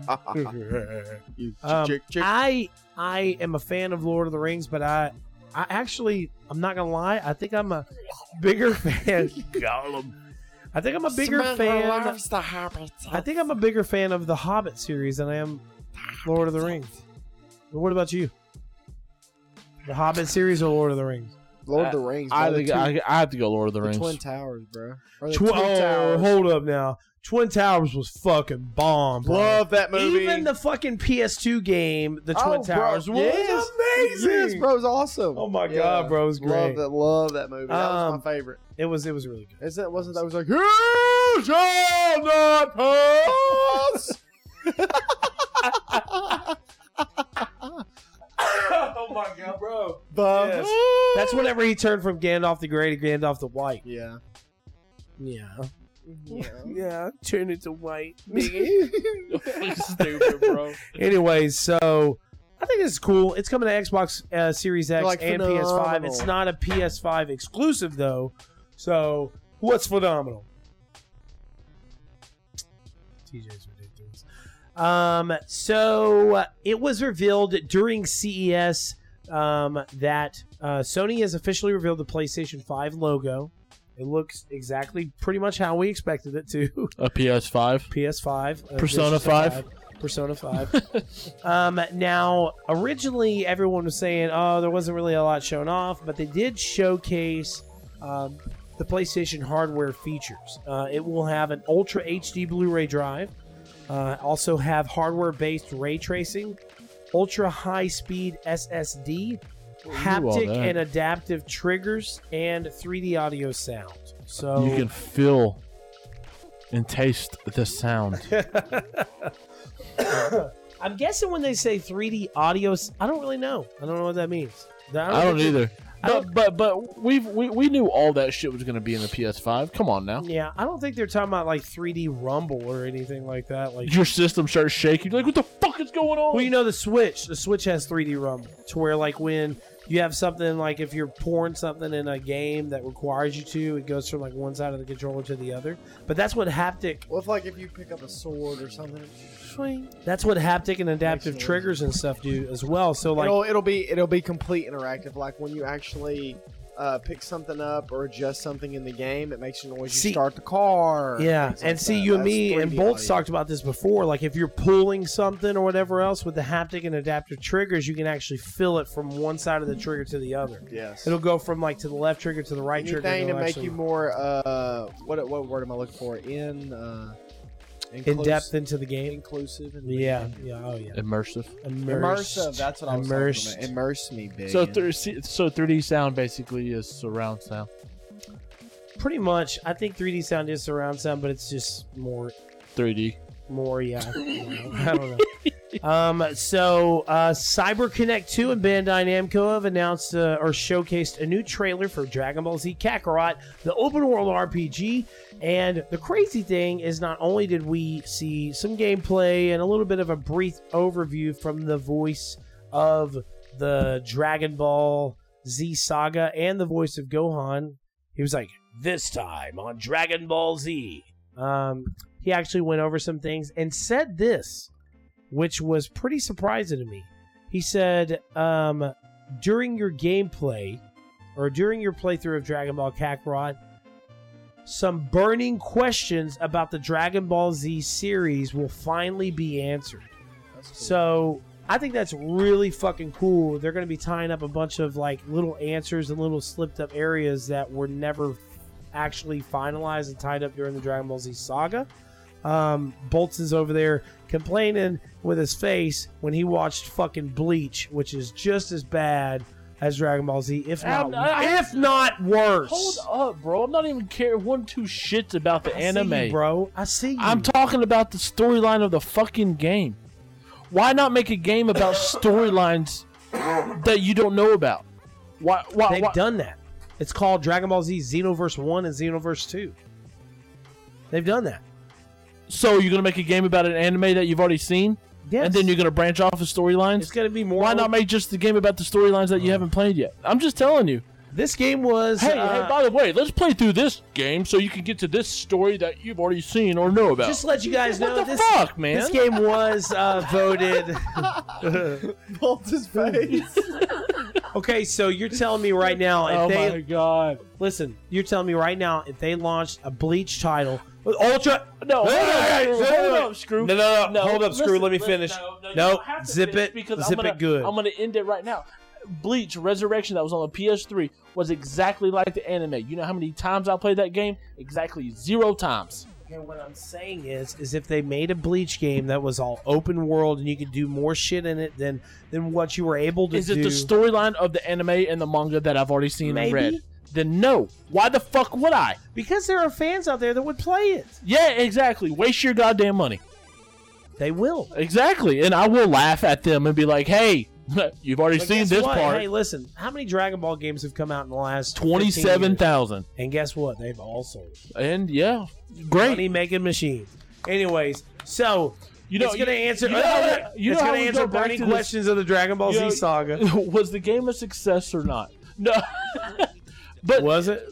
Speaker 2: Sauron. um,
Speaker 4: You ch-
Speaker 2: um,
Speaker 4: chick, chick.
Speaker 2: I I am a fan of Lord of the Rings, but I I actually I'm not gonna lie. I think I'm a bigger fan. Gollum. I think I'm a bigger fan. I think I'm a bigger fan of the Hobbit series than I am Lord of the Rings. But what about you? The Hobbit series or Lord of the Rings?
Speaker 3: Lord of the Rings.
Speaker 1: I
Speaker 3: bro, the
Speaker 1: think
Speaker 3: two-
Speaker 1: I, I have to go Lord of the,
Speaker 3: the
Speaker 1: Rings.
Speaker 3: Twin Towers, bro. Or the
Speaker 2: Tw-
Speaker 3: Twin
Speaker 2: oh,
Speaker 3: Towers.
Speaker 2: hold up now. Twin Towers was fucking bomb. bro.
Speaker 4: Love that movie.
Speaker 2: Even the fucking PS2 game, the Twin
Speaker 3: Oh, bro,
Speaker 2: Towers, was
Speaker 3: yes.
Speaker 2: amazing.
Speaker 3: Yes, bro, it was awesome.
Speaker 2: Oh my God, bro, it was great.
Speaker 3: Love that, love that movie. That
Speaker 2: Um,
Speaker 3: was my favorite.
Speaker 2: It was it was really good.
Speaker 3: Is that wasn't that was like
Speaker 4: You shall not pass.
Speaker 2: oh my god, bro.
Speaker 4: The
Speaker 2: Yes. That's whenever he turned from Gandalf the Grey to Gandalf the White.
Speaker 4: yeah.
Speaker 2: Yeah.
Speaker 3: yeah.
Speaker 2: Yeah. Turn it to white.
Speaker 1: Stupid, bro.
Speaker 2: Anyways, so I think it's cool. It's coming to Xbox uh, Series X
Speaker 3: Like,
Speaker 2: and PS5.
Speaker 3: phenomenal.
Speaker 2: It's not a PS5 exclusive though. So what's phenomenal? TJ's ridiculous. Um, so uh, it was revealed during CES um, that uh, Sony has officially revealed the PlayStation 5 logo. It looks exactly pretty much how we expected it to.
Speaker 1: A PS5.
Speaker 2: PS5, uh,
Speaker 1: Persona
Speaker 2: PlayStation Persona 5. um, now, originally, everyone was saying, oh, there wasn't really a lot shown off, but they did showcase um, the PlayStation hardware features. Uh, it will have an Ultra HD Blu ray drive, uh, also have hardware based ray tracing, ultra high speed SSD,
Speaker 1: all
Speaker 2: haptic
Speaker 1: that.
Speaker 2: and adaptive triggers, and 3D audio sound. So
Speaker 1: You can feel and taste the sound.
Speaker 2: I'm guessing when they say 3D audio, s- I don't really know. I don't know what that means.
Speaker 1: I don't
Speaker 2: think-
Speaker 1: either.
Speaker 2: I
Speaker 1: But but but we've, we we knew all that shit was gonna be in the PS5. Come on now.
Speaker 2: Yeah, I don't think they're talking about like 3D Rumble or anything like that. Like,
Speaker 1: Your system starts shaking. You're like, what the fuck is going on?
Speaker 2: well, you know, the Switch. The Switch has 3D Rumble to where like when you have something like if you're pouring something in a game that requires you to, it goes from like one side of the controller to the other. But that's what haptic.
Speaker 4: Well, if like if you pick up a sword or something,
Speaker 2: That's what haptic and adaptive
Speaker 4: Excellent.
Speaker 2: triggers and stuff do as well. So like,
Speaker 4: it'll it'll be it'll be complete interactive. Like when you actually uh, pick something up or adjust something in the game, it makes a noise.
Speaker 2: See-
Speaker 4: you start the car.
Speaker 2: Yeah,
Speaker 4: things like
Speaker 2: and see,
Speaker 4: that.
Speaker 2: you and
Speaker 4: That's
Speaker 2: me and
Speaker 4: 3D
Speaker 2: Bolts
Speaker 4: audio.
Speaker 2: talked about this before. Like, if you're pulling something or whatever else with the haptic and adaptive triggers, you can actually feel it from one side of the trigger to the other.
Speaker 4: Yes.
Speaker 2: It'll go from like to the left trigger to the right trigger.
Speaker 4: Anything to
Speaker 2: it'll
Speaker 4: make
Speaker 2: actually-
Speaker 4: you more uh what what word am I looking for in uh
Speaker 2: in
Speaker 4: inclus-
Speaker 2: depth into the game.
Speaker 4: inclusive and
Speaker 2: Yeah, yeah, oh yeah.
Speaker 1: immersive.
Speaker 2: Immersed.
Speaker 4: immersive. uh, That's what I was
Speaker 2: Immersed.
Speaker 4: talking about. Immerse me, big.
Speaker 1: So three so 3D sound basically is surround sound.
Speaker 2: Pretty much, I think 3D sound is surround sound, but it's just more,
Speaker 1: 3D.
Speaker 2: more. Yeah, I don't know. Um, so, uh, CyberConnect 2 and Bandai Namco have announced uh, or showcased a new trailer for Dragon Ball Z Kakarot, the open world RPG. And the crazy thing is, not only did we see some gameplay and a little bit of a brief overview from the voice of the Dragon Ball Z saga and the voice of Gohan, he was like, This time on Dragon Ball Z. Um, he actually went over some things and said this which was pretty surprising to me. He said, um, during your gameplay or during your playthrough of Dragon Ball Kakarot, some burning questions about the Dragon Ball Z series will finally be answered. So I think that's really fucking cool. They're going to be tying up a bunch of like little answers and little slipped up areas that were never actually finalized and tied up during the Dragon Ball Z saga. Um, Bolts is over there complaining with his face when he watched fucking Bleach, which is just as bad as Dragon Ball Z, if
Speaker 1: I'm
Speaker 2: not,
Speaker 1: not- Um, I-
Speaker 2: if not worse.
Speaker 1: Hold up, bro. I'm not even caring one two shits about the
Speaker 2: I see you,
Speaker 1: anime,
Speaker 2: bro. I see you.
Speaker 1: I'm talking about the storyline of the fucking game. Why not make a game about storylines that you don't know about? Why? Why?
Speaker 2: They've
Speaker 1: why-
Speaker 2: done that. It's called Dragon Ball Z Xenoverse 1 and Xenoverse 2. They've done that.
Speaker 1: so you're gonna make a game about an anime that you've already seen,
Speaker 2: Yes.
Speaker 1: and then you're gonna branch off of
Speaker 2: It's
Speaker 1: storylines.
Speaker 2: going to be more.
Speaker 1: Why not make just the game about the storylines that you haven't played yet? I'm just telling you.
Speaker 2: This game was.
Speaker 1: Hey,
Speaker 2: uh,
Speaker 1: hey, by the way, let's play through this game so you can get to this story that you've already seen or know about.
Speaker 2: just to let you guys
Speaker 1: What
Speaker 2: know
Speaker 1: the
Speaker 2: this,
Speaker 1: fuck, man?
Speaker 2: this game was uh, voted.
Speaker 4: Bolts his face.
Speaker 2: okay, so you're telling me right now if
Speaker 1: oh
Speaker 2: they
Speaker 1: my god!
Speaker 2: Listen, you're telling me right now if they launched a Bleach title with Ultra.
Speaker 1: No, hold
Speaker 2: Hey, hey,
Speaker 1: up,
Speaker 2: hey, hey,
Speaker 1: hold
Speaker 2: hey.
Speaker 1: up, screw.
Speaker 2: No, no, no,
Speaker 1: No,
Speaker 2: Uh, hold up, screw.
Speaker 1: listen,
Speaker 2: Let me
Speaker 1: listen,
Speaker 2: finish.
Speaker 1: No, no,
Speaker 2: No,
Speaker 1: you don't have to
Speaker 2: zip
Speaker 1: finish
Speaker 2: it,
Speaker 1: because
Speaker 2: zip
Speaker 1: I'm gonna,
Speaker 2: it good.
Speaker 1: I'm gonna end it right now. Bleach Resurrection that was on the PS3 was exactly like the anime. You know how many times I played that game? Exactly zero times.
Speaker 2: And what I'm saying is, is if they made a Bleach game that was all open world and you could do more shit in it than than what you were able to
Speaker 1: Is
Speaker 2: do.
Speaker 1: it the storyline of the anime and the manga that I've already seen
Speaker 2: Maybe.
Speaker 1: and read? Then no. Why the fuck would I?
Speaker 2: because there are fans out there that would play it.
Speaker 1: Yeah, exactly. Waste your goddamn money.
Speaker 2: They will.
Speaker 1: Exactly, and I will laugh at them and be like, "Hey, you've already
Speaker 2: But
Speaker 1: seen
Speaker 2: guess
Speaker 1: this
Speaker 2: what?
Speaker 1: part."
Speaker 2: Hey, listen, how many Dragon Ball games have come out in the last 15 years?
Speaker 1: Twenty-seven thousand,
Speaker 2: And guess what? They've all sold.
Speaker 1: and yeah, great.
Speaker 2: Money making machine. Anyways, so
Speaker 1: You know,
Speaker 2: it's going to
Speaker 1: you-
Speaker 2: answer.
Speaker 1: you know how we- you
Speaker 2: it's
Speaker 1: know how
Speaker 2: going
Speaker 1: we
Speaker 2: to
Speaker 1: go
Speaker 2: answer
Speaker 1: back
Speaker 2: burning
Speaker 1: to this-
Speaker 2: questions of the Dragon Ball
Speaker 1: You know,
Speaker 2: Z saga.
Speaker 1: was the game a success or not? No, but
Speaker 2: Was it?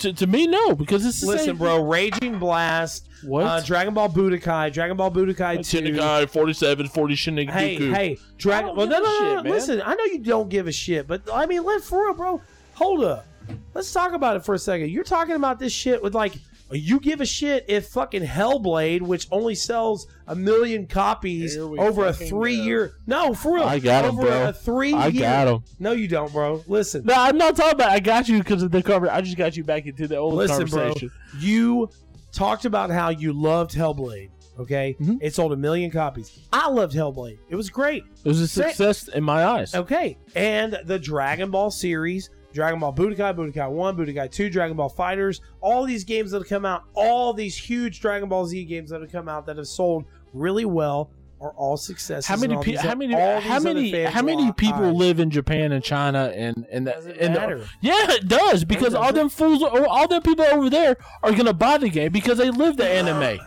Speaker 1: to, to me, no, because it's the
Speaker 2: Listen,
Speaker 1: same-
Speaker 2: bro. Raging Blast.
Speaker 1: What?
Speaker 2: Uh, Dragon Ball Budokai. Dragon Ball Budokai Two.
Speaker 1: Shinnegai forty-seven, forty Shinnegai.
Speaker 2: Hey, hey, Dragon.
Speaker 1: I don't
Speaker 2: Well, no,
Speaker 1: give a
Speaker 2: no, no,
Speaker 1: shit,
Speaker 2: no.
Speaker 1: man.
Speaker 2: Listen, I know you don't give a shit, but I mean, let for real, bro. Hold up. Let's talk about it for a second. You're talking about this shit with like. You give a shit if fucking Hellblade, which only sells a million copies
Speaker 4: Here we
Speaker 2: over a
Speaker 4: fucking
Speaker 2: three
Speaker 4: go.
Speaker 2: year. No, for real.
Speaker 1: I got 'em,
Speaker 2: over
Speaker 1: bro.
Speaker 2: A three
Speaker 1: I
Speaker 2: year.
Speaker 1: got him.
Speaker 2: No, you don't, bro. Listen.
Speaker 1: No, I'm not talking about. I got you because of the cover. I just got you back into the old
Speaker 2: Listen, bro.
Speaker 1: conversation.
Speaker 2: You talked about how you loved Hellblade. Okay,
Speaker 1: Mhm.
Speaker 2: it sold a million copies. I loved Hellblade. It was great.
Speaker 1: It was a
Speaker 2: Say-
Speaker 1: success in my eyes.
Speaker 2: Okay, and the Dragon Ball series, Dragon Ball Budokai, Budokai One, Budokai Two, Dragon Ball Fighters, all these games that have come out, all these huge Dragon Ball Z games that have come out that have sold really well are all successes.
Speaker 1: How
Speaker 2: in
Speaker 1: many,
Speaker 2: all
Speaker 1: pe-
Speaker 2: these-
Speaker 1: how many?
Speaker 2: all these
Speaker 1: How
Speaker 2: other
Speaker 1: many?
Speaker 2: fans'
Speaker 1: How many?
Speaker 2: eyes.
Speaker 1: people live in Japan and China and and that?
Speaker 2: Doesn't
Speaker 1: and the-
Speaker 2: matter.
Speaker 1: yeah, it does because all them fools, or all them people over there are gonna buy the game because they live the anime.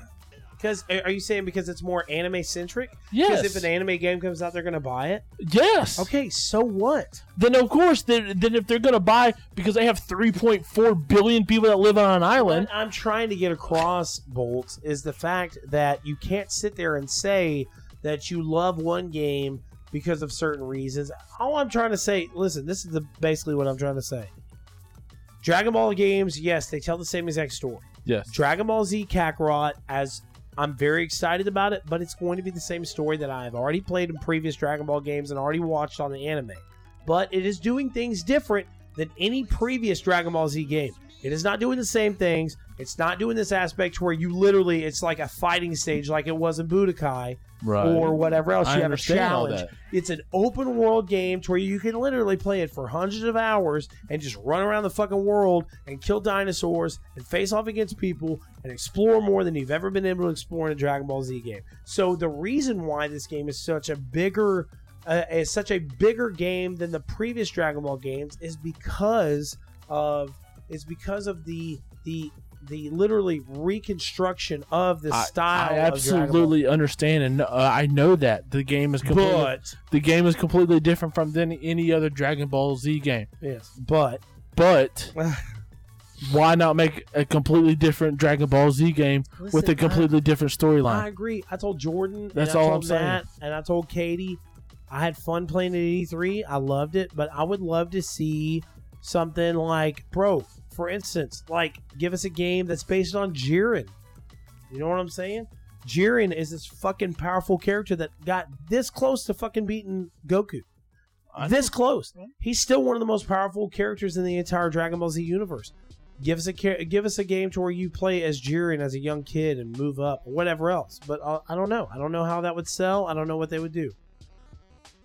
Speaker 2: Because are you saying because it's more anime centric?
Speaker 1: Yes.
Speaker 2: Because if an anime game comes out, they're going to buy it.
Speaker 1: Yes.
Speaker 2: Okay, so what?
Speaker 1: Then of course, then, then if they're gonna buy because they have 3.4 billion people that live on an island,
Speaker 2: What I'm trying to get across, Bolt, is the fact that you can't sit there and say that you love one game because of certain reasons. All I'm trying to say, listen, this is the basically what I'm trying to say. Dragon Ball games, yes, they tell the same exact story.
Speaker 1: yes.
Speaker 2: Dragon Ball Z Kakarot, as I'm very excited about it, but it's going to be the same story that I've already played in previous Dragon Ball games and already watched on the anime. But it is doing things different than any previous Dragon Ball Z game. It is not doing the same things. It's not doing this aspect where you literally it's like a fighting stage, like it was in Budokai
Speaker 1: Right.
Speaker 2: or whatever else.
Speaker 1: I
Speaker 2: you have a
Speaker 1: understand all
Speaker 2: challenge.
Speaker 1: that.
Speaker 2: It's an open world game to where you can literally play it for hundreds of hours and just run around the fucking world and kill dinosaurs and face off against people and explore more than you've ever been able to explore in a Dragon Ball Z game. So the reason why this game is such a bigger uh, is such a bigger game than the previous Dragon Ball games is because of is because of the the the literally reconstruction of the
Speaker 1: I-
Speaker 2: style.
Speaker 1: I
Speaker 2: of Dragon Ball.
Speaker 1: absolutely understand, and uh, I know that the game is completely
Speaker 2: but
Speaker 1: the game is completely different from than any other Dragon Ball Z game.
Speaker 2: yes, but
Speaker 1: But why not make a completely different Dragon Ball Z game with
Speaker 2: Listen,
Speaker 1: a completely different
Speaker 2: I, I
Speaker 1: storyline?
Speaker 2: agree. I told Jordan.
Speaker 1: That's
Speaker 2: and I
Speaker 1: all
Speaker 2: told
Speaker 1: I'm saying.
Speaker 2: Matt, And I told Katie, I had fun playing at E3. I loved it, but I would love to see something like, bro, for instance, like give us a game that's based on Jiren. You know what I'm saying? Jiren is this fucking powerful character that got this close to fucking beating Goku.
Speaker 1: I
Speaker 2: this close. He's still one of the most powerful characters in the entire Dragon Ball Z universe. Give us a char- give us a game to where you play as Jiren as a young kid and move up, or whatever else. But uh, I don't know. I don't know how that would sell. I don't know what they would do.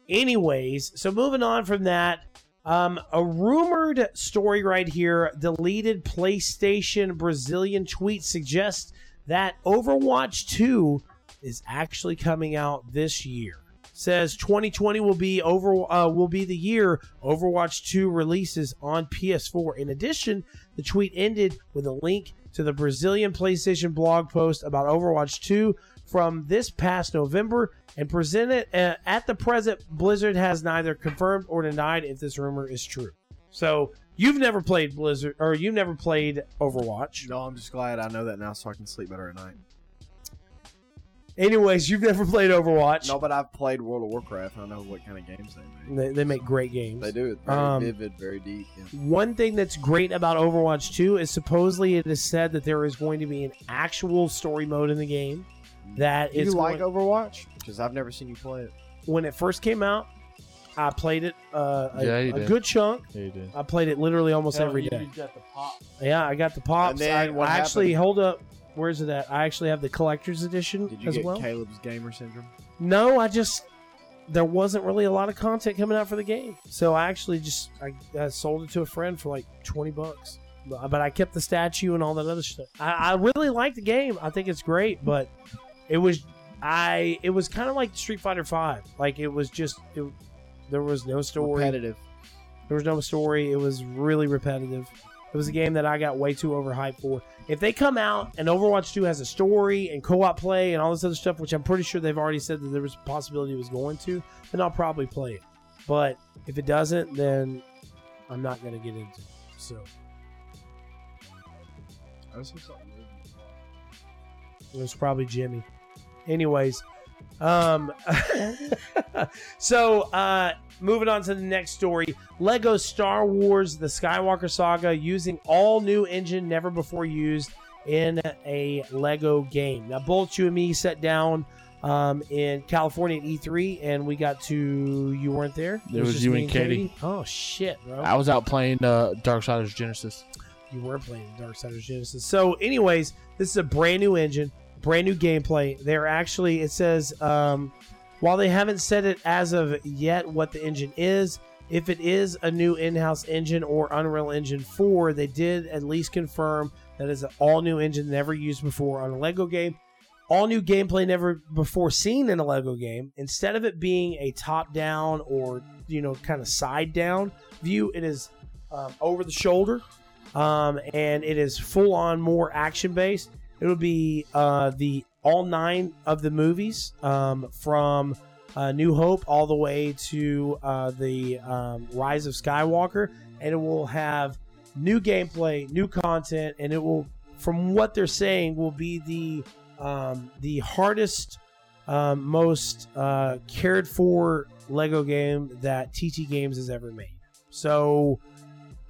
Speaker 2: Anyways, so moving on from that, um, a rumored story right here. Deleted PlayStation Brazilian tweet suggests that Overwatch 2 is actually coming out this year. Says 2020 will be over uh, will be the year Overwatch 2 releases on PS4. In addition, the tweet ended with a link to the Brazilian PlayStation blog post about Overwatch 2 from this past November and presented uh, at the present Blizzard has neither confirmed or denied if this rumor is true. So, you've never played Blizzard or you've never played Overwatch.
Speaker 4: No, I'm just glad I know that now, so I can sleep better at night.
Speaker 2: Anyways, you've never played Overwatch.
Speaker 4: No, but I've played World of Warcraft. and I know what kind of games they make.
Speaker 2: They, they make great games.
Speaker 4: They do it very
Speaker 2: Um,
Speaker 4: vivid, very deep. yeah.
Speaker 2: One thing that's great about Overwatch 2 is supposedly it is said that there is going to be an actual story mode in the game. That
Speaker 4: You
Speaker 2: is
Speaker 4: like
Speaker 2: going-
Speaker 4: Overwatch? Because I've never seen you play it.
Speaker 2: when it first came out. I played it uh, a,
Speaker 1: Yeah, you
Speaker 2: a
Speaker 1: did.
Speaker 2: good chunk.
Speaker 1: Yeah, you did.
Speaker 2: I played it literally almost every day. Yeah, I got the pops.
Speaker 4: And then
Speaker 2: I,
Speaker 4: what
Speaker 2: I actually
Speaker 4: happened?
Speaker 2: hold up. Where's it at? I actually have the collector's edition
Speaker 4: Did you
Speaker 2: as
Speaker 4: get
Speaker 2: well.
Speaker 4: Caleb's gamer syndrome?
Speaker 2: No, I just there wasn't really a lot of content coming out for the game, so I actually just I, I sold it to a friend for like twenty bucks. But but I kept the statue and all that other stuff. I, I really like the game. I think it's great, but it was I it was kind of like Street Fighter Five. Like it was just it, there was no story.
Speaker 4: Repetitive.
Speaker 2: There was no story. It was really repetitive. It was a game that I got way too overhyped for. If they come out and Overwatch 2 has a story and co-op play and all this other stuff, which I'm pretty sure they've already said that there was a possibility it was going to, then I'll probably play it. But if it doesn't, then I'm not going to get into it. So
Speaker 4: I just saw something weird.
Speaker 2: it was probably Jimmy. Anyways, um, so uh, moving on to the next story Lego Star Wars The Skywalker Saga using all new engine never before used in a Lego game. Now, both you and me sat down um, in California at E3, and we got to. You weren't there?
Speaker 1: There
Speaker 2: It
Speaker 1: was
Speaker 2: just
Speaker 1: you
Speaker 2: me
Speaker 1: and Katie.
Speaker 2: Oh, shit, bro.
Speaker 1: I was out playing uh, Darksiders Genesis.
Speaker 2: You were playing Dark Darksiders Genesis. So, anyways, this is a brand new engine, brand new gameplay. They're actually, it says, um, while they haven't said it as of yet what the engine is, if it is a new in house engine or Unreal Engine 4, they did at least confirm that it's an all new engine never used before on a Lego game. All new gameplay never before seen in a Lego game. Instead of it being a top down or, you know, kind of side down view, it is um, over the shoulder um, and it is full on more action based. It'll be uh, the all nine of the movies um, from uh, New Hope all the way to uh, the um, Rise of Skywalker, and it will have new gameplay, new content, and it will, from what they're saying, will be the um, the hardest, um, most uh, cared for Lego game that TT Games has ever made. So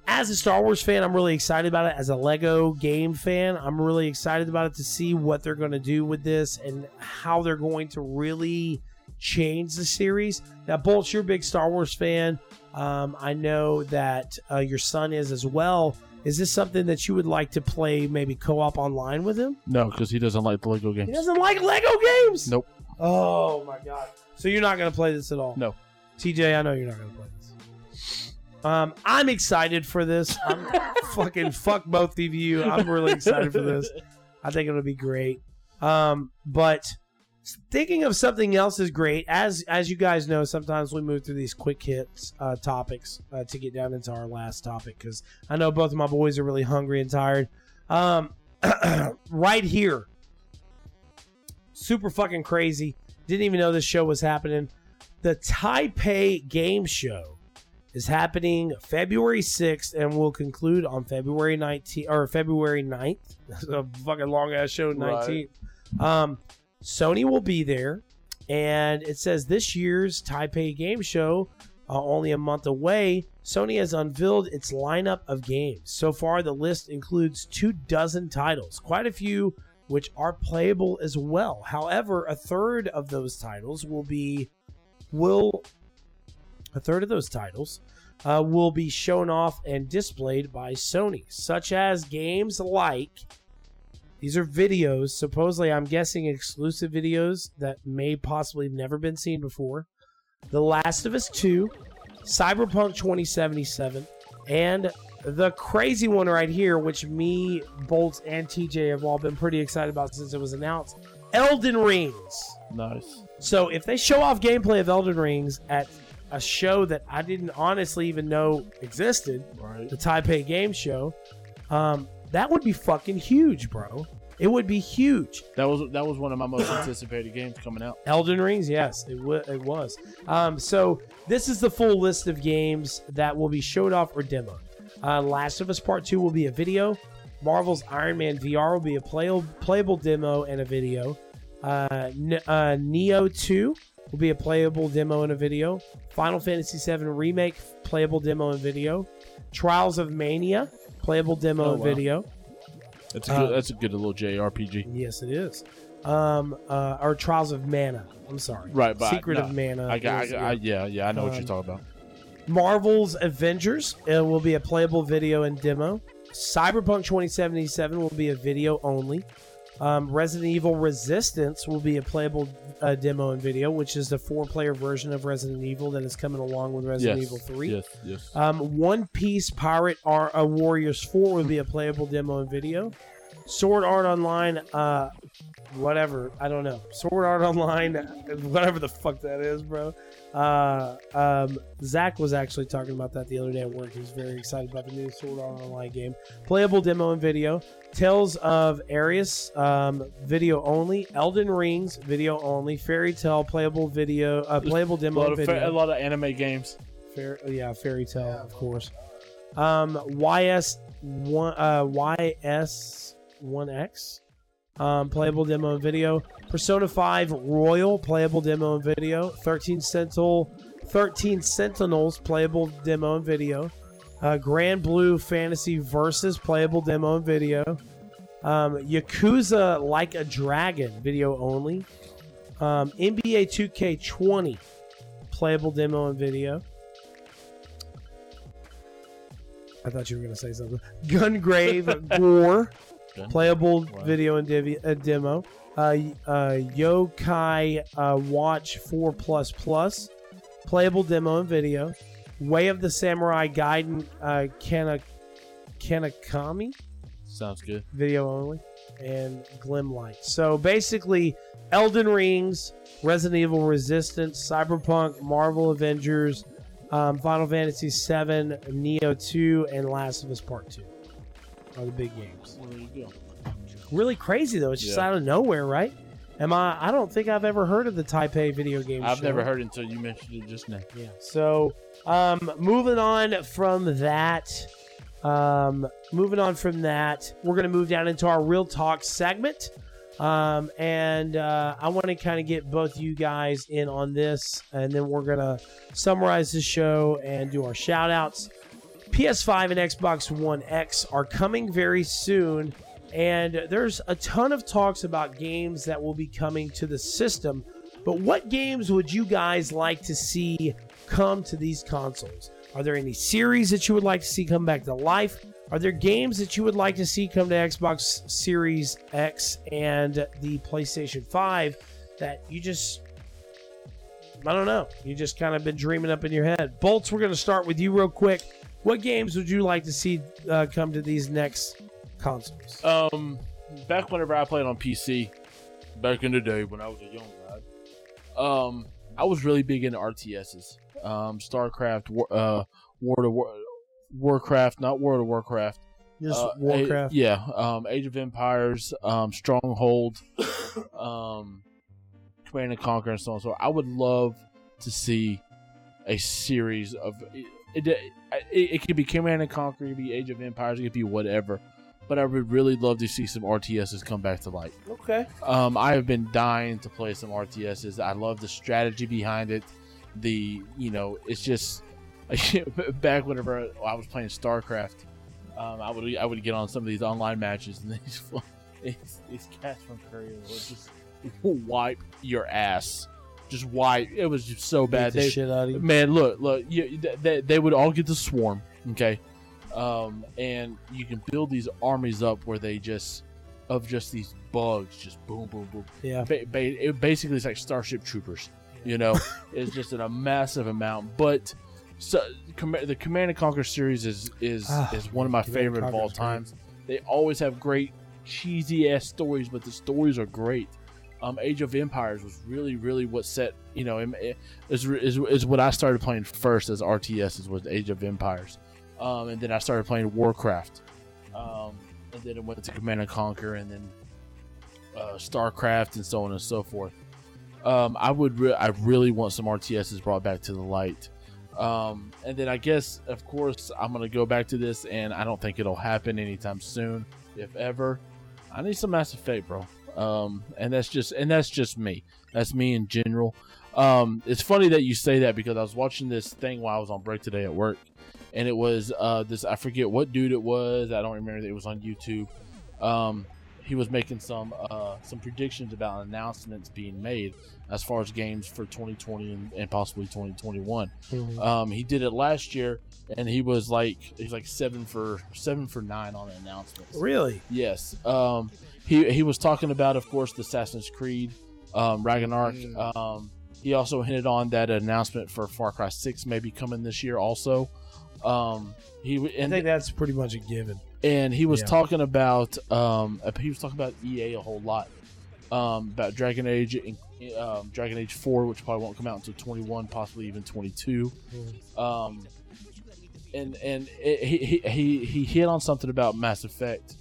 Speaker 2: as a Star Wars fan, I'm really excited about it. As a Lego game fan, I'm really excited about it to see what they're going to do with this and how they're going to really change the series. Now, Bolts, you're a big Star Wars fan. Um, I know that uh, your son is as well. Is this something that you would like to play maybe co-op online with him?
Speaker 1: No, because he doesn't like the Lego
Speaker 2: He
Speaker 1: games.
Speaker 2: doesn't like Lego games.
Speaker 1: Nope.
Speaker 2: Oh my god. So you're not gonna play this at all?
Speaker 1: No.
Speaker 2: TJ, I know you're not gonna play this. Um, I'm excited for this. I'm fucking fuck both of you. I'm really excited for this. I think it'll be great. Um, but thinking of something else is great. As as you guys know, sometimes we move through these quick hits uh, topics uh, to get down into our last topic because I know both of my boys are really hungry and tired. Um, right here, super fucking crazy. Didn't even know this show was happening. The Taipei Game Show is happening February 6th and will conclude on February 19th or February 9th. That's a fucking long ass show, 19th. Um, Sony will be there. And it says this year's Taipei Game Show, uh, only a month away, Sony has unveiled its lineup of games. So far, the list includes two dozen titles, quite a few which are playable as well. However, a third of those titles will be will a third of those titles uh, will be shown off and displayed by Sony, such as games like these are videos, supposedly I'm guessing exclusive videos that may possibly have never been seen before. The Last of Us 2, Cyberpunk 2077, and the crazy one right here, which me, Bolts, and TJ have all been pretty excited about since it was announced Elden Rings.
Speaker 1: Nice.
Speaker 2: So if they show off gameplay of Elden Rings at a show that I didn't honestly even know existed,
Speaker 1: Right.
Speaker 2: the Taipei Game Show, um, that would be fucking huge, bro. It would be huge.
Speaker 1: That was that was one of my most anticipated games coming out.
Speaker 2: Elden Rings, yes, it, w- it was. Um, so this is the full list of games that will be showed off or demoed. Uh, Last of Us Part Two will be a video. Marvel's Iron Man VR will be a play- playable demo and a video. Uh, N- uh, Neo Two will be a playable demo and a video. Final Fantasy VII Remake playable demo and video. Trials of Mania playable demo
Speaker 1: Oh,
Speaker 2: and
Speaker 1: wow.
Speaker 2: video.
Speaker 1: That's
Speaker 2: Uh,
Speaker 1: a good, that's a good little JRPG.
Speaker 2: Yes, it is. Um, uh, or Trials of Mana. I'm sorry.
Speaker 1: Right, but
Speaker 2: Secret
Speaker 1: no,
Speaker 2: of Mana.
Speaker 1: I got, I,
Speaker 2: is-
Speaker 1: got- I, yeah, yeah, I know what
Speaker 2: uh, Um,
Speaker 1: you're talking about.
Speaker 2: Marvel's Avengers uh, will be a playable video and demo. Cyberpunk 2077 will be a video only. Um, Resident Evil Resistance will be a playable uh, demo and video, which is the four player version of Resident Evil that is coming along with Resident
Speaker 1: yes,
Speaker 2: Evil 3.
Speaker 1: Yes, yes.
Speaker 2: Um, One Piece Pirate or uh, Warriors 4 would be a playable demo and video. Sword Art Online, uh, whatever, I don't know. Sword Art Online, whatever the fuck that is, bro. Uh, um, Zach was actually talking about that the other day at work. He was very excited about the new Sword Art Online game. Playable demo and video. Tales of Arius, um, video only. Elden Rings, video only. Fairy Tale, playable video, uh, playable
Speaker 1: a
Speaker 2: demo
Speaker 1: lot
Speaker 2: and
Speaker 1: of
Speaker 2: video.
Speaker 1: fa- a lot of anime games.
Speaker 2: Fair, yeah, fairy tale, of course. Um, YS one, uh, YS one X, um, playable demo and video. Persona Five Royal, playable demo and video. Thirteen Sentinel, Thirteen Sentinels, playable demo and video. Uh, Grand Blue Fantasy Versus, playable demo and video. Um, Yakuza Like a Dragon, video only. Um, NBA 2K20, playable demo and video. I thought you were going to say something. Gungrave Gore,
Speaker 1: Gun-
Speaker 2: playable
Speaker 1: Wow.
Speaker 2: video and divi- uh, demo. Uh, uh, Yokai uh, Watch 4 Plus Plus, playable demo and video. Way of the Samurai Gaiden uh, Kana, Kanakami,
Speaker 1: Sounds good.
Speaker 2: video only, and Glimlight. So basically, Elden Rings, Resident Evil Resistance, Cyberpunk, Marvel Avengers, um, Final Fantasy VII, Neo 2, and Last of Us Part 2 are the big games.
Speaker 1: Well, there you go.
Speaker 2: Really crazy though. It's just
Speaker 1: Yeah.
Speaker 2: out of nowhere, right? Am I? I don't think I've ever heard of the Taipei video game.
Speaker 1: I've
Speaker 2: show.
Speaker 1: never heard until you mentioned it just now.
Speaker 2: Yeah. So, um, moving on from that, um, moving on from that, we're gonna move down into our real talk segment, um, and uh, I want to kind of get both you guys in on this, and then we're gonna summarize the show and do our shout outs. PS5 and Xbox One X are coming very soon, and there's a ton of talks about games that will be coming to the system. But what games would you guys like to see come to these consoles? Are there any series that you would like to see come back to life? Are there games that you would like to see come to Xbox Series X and the PlayStation 5 that you just I don't know. You just kind of been dreaming up in your head. Bolts, we're going to start with you real quick. What games would you like to see uh, come to these next consoles?
Speaker 1: Um, back whenever I played on PC, back in the day when I was a young lad, um, I was really big into RTSs. Um, StarCraft, War, uh, War to War, Warcraft, not World of Warcraft.
Speaker 2: Just
Speaker 1: uh,
Speaker 2: Warcraft.
Speaker 1: A- yeah. Um, Age of Empires, um, Stronghold, um, Command and Conquer, and so on. and So on. I would love to see a series of it. It, it, it could be Command and Conquer, it could be Age of Empires, it could be whatever. But I would really love to see some RTSs come back to life.
Speaker 2: okay.
Speaker 1: Um, I have been dying to play some RTSs. I love the strategy behind it. The you know, it's just back whenever I was playing StarCraft, um, I would I would get on some of these online matches and these fu- these, these cats from Korea would just wipe your ass, just wipe. It was just so bad.
Speaker 2: Beat the
Speaker 1: They-
Speaker 2: shit out of you.
Speaker 1: Man, look, look. You, they, they would all get the swarm, okay? Um, and you can build these armies up where they just of just these bugs, just boom, boom, boom.
Speaker 2: Yeah.
Speaker 1: Ba- ba- it basically, it's like Starship Troopers. You know, it's just in a massive amount. But so, com- the Command and Conquer series is is
Speaker 2: Ah,
Speaker 1: is one of my
Speaker 2: Command and
Speaker 1: favorite of
Speaker 2: Conquer
Speaker 1: all
Speaker 2: is great.
Speaker 1: times. They always have great cheesy ass stories, but the stories are great. Um, Age of Empires was really, really what set you know em- eh, is, is is what I started playing first as RTSs was Age of Empires, um, and then I started playing Warcraft, um, and then it went to Command and Conquer, and then uh, Starcraft, and so on and so forth. Um, I would re- I really want some RTSs brought back to the light. Um, and then I guess, of course, I'm going to go back to this, and I don't think it'll happen anytime soon, if ever. I need some Mass Effect, bro. Um, and that's just and that's just me. That's me in general. Um, it's funny that you say that because I was watching this thing while I was on break today at work, and it was uh, this I forget what dude it was. I don't remember. It was on YouTube. Um, he was making some uh, some predictions about announcements being made as far as games for 2020 and, and possibly 2021. Um, he did it last year, and he was like he's like seven for seven for nine on the announcements.
Speaker 2: Really?
Speaker 1: Yes. Um, he he was talking about, of course, the Assassin's Creed, um, Ragnarok.
Speaker 4: Mm.
Speaker 1: Um, he also hinted on that announcement for Far Cry Six may be coming this year. Also, um, he w-
Speaker 2: I
Speaker 1: and
Speaker 2: think that's pretty much a given.
Speaker 1: and he was
Speaker 2: Yeah.
Speaker 1: talking about um, he was talking about EA a whole lot um, about Dragon Age and um, Dragon Age Four, which probably won't come out until twenty one, possibly even twenty two. Um, and and it, he, he he he hit on something about Mass Effect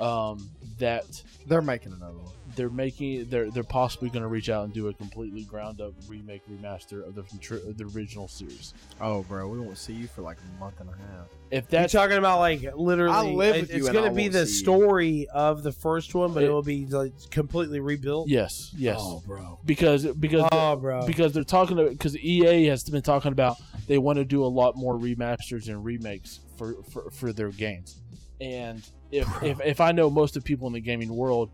Speaker 1: um, that
Speaker 4: They're making another one.
Speaker 1: they're making they're they're possibly going to reach out and do a completely ground up remake remaster of the of the original series.
Speaker 4: Oh, bro, we won't see you for like a month and a half.
Speaker 1: If
Speaker 2: You're
Speaker 1: that's
Speaker 2: talking about like literally.
Speaker 4: I live with
Speaker 2: it-
Speaker 4: you
Speaker 2: it's
Speaker 4: and
Speaker 2: going
Speaker 4: I
Speaker 2: to be
Speaker 4: won't
Speaker 2: the
Speaker 4: see you.
Speaker 2: story of the first one, but it,
Speaker 1: It-
Speaker 2: will be like completely rebuilt.
Speaker 1: yes, yes,
Speaker 2: Oh, bro.
Speaker 1: because because
Speaker 2: Oh, bro.
Speaker 1: because they're talking because EA has been talking about they want to do a lot more remasters and remakes for for, for their games. And if, if if I know most of people in the gaming world,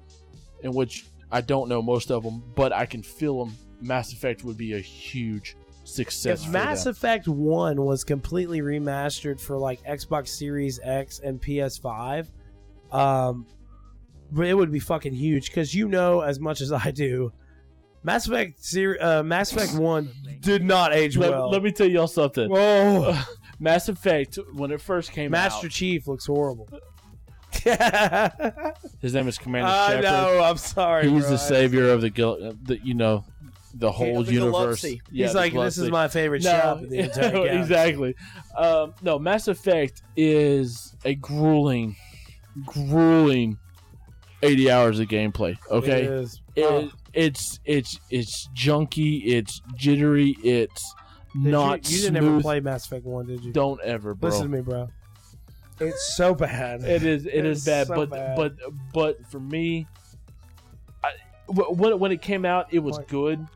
Speaker 1: in which I don't know most of them, but I can feel them, Mass Effect would be a huge success.
Speaker 2: if
Speaker 1: for
Speaker 2: Mass
Speaker 1: them.
Speaker 2: Effect 1 was completely remastered for like Xbox Series X and PS5, um, but it would be fucking huge because you know as much as I do, Mass Effect Ser- uh, Mass Effect 1 did not age
Speaker 1: let,
Speaker 2: well.
Speaker 1: let me tell y'all something.
Speaker 2: Whoa.
Speaker 1: Mass Effect when it first came
Speaker 2: Master
Speaker 1: out,
Speaker 2: Chief looks horrible.
Speaker 1: his name is Commander
Speaker 2: I
Speaker 1: Shepard.
Speaker 2: know. I'm sorry.
Speaker 1: He's
Speaker 2: bro.
Speaker 1: the savior of the, gal- uh, the you know the whole
Speaker 4: the
Speaker 1: universe.
Speaker 4: Galaxy.
Speaker 1: Yeah,
Speaker 2: He's
Speaker 1: the
Speaker 2: like, this is
Speaker 1: Galaxy.
Speaker 2: my favorite shop in the entire galaxy.
Speaker 1: exactly. Um, no, Mass Effect is a grueling, grueling eighty hours of gameplay. Okay,
Speaker 2: It is. Oh,
Speaker 1: It- it's it's it's junky, it's jittery, it's
Speaker 2: Did
Speaker 1: not
Speaker 2: You, you
Speaker 1: smooth.
Speaker 2: didn't ever play Mass Effect One, did you?
Speaker 1: Don't ever, bro.
Speaker 2: Listen to me, bro. It's so bad.
Speaker 1: It is it
Speaker 2: It's
Speaker 1: is bad,
Speaker 2: so
Speaker 1: but
Speaker 2: bad.
Speaker 1: but but for me, I, wh- when when it came out, it was
Speaker 2: What?
Speaker 1: good,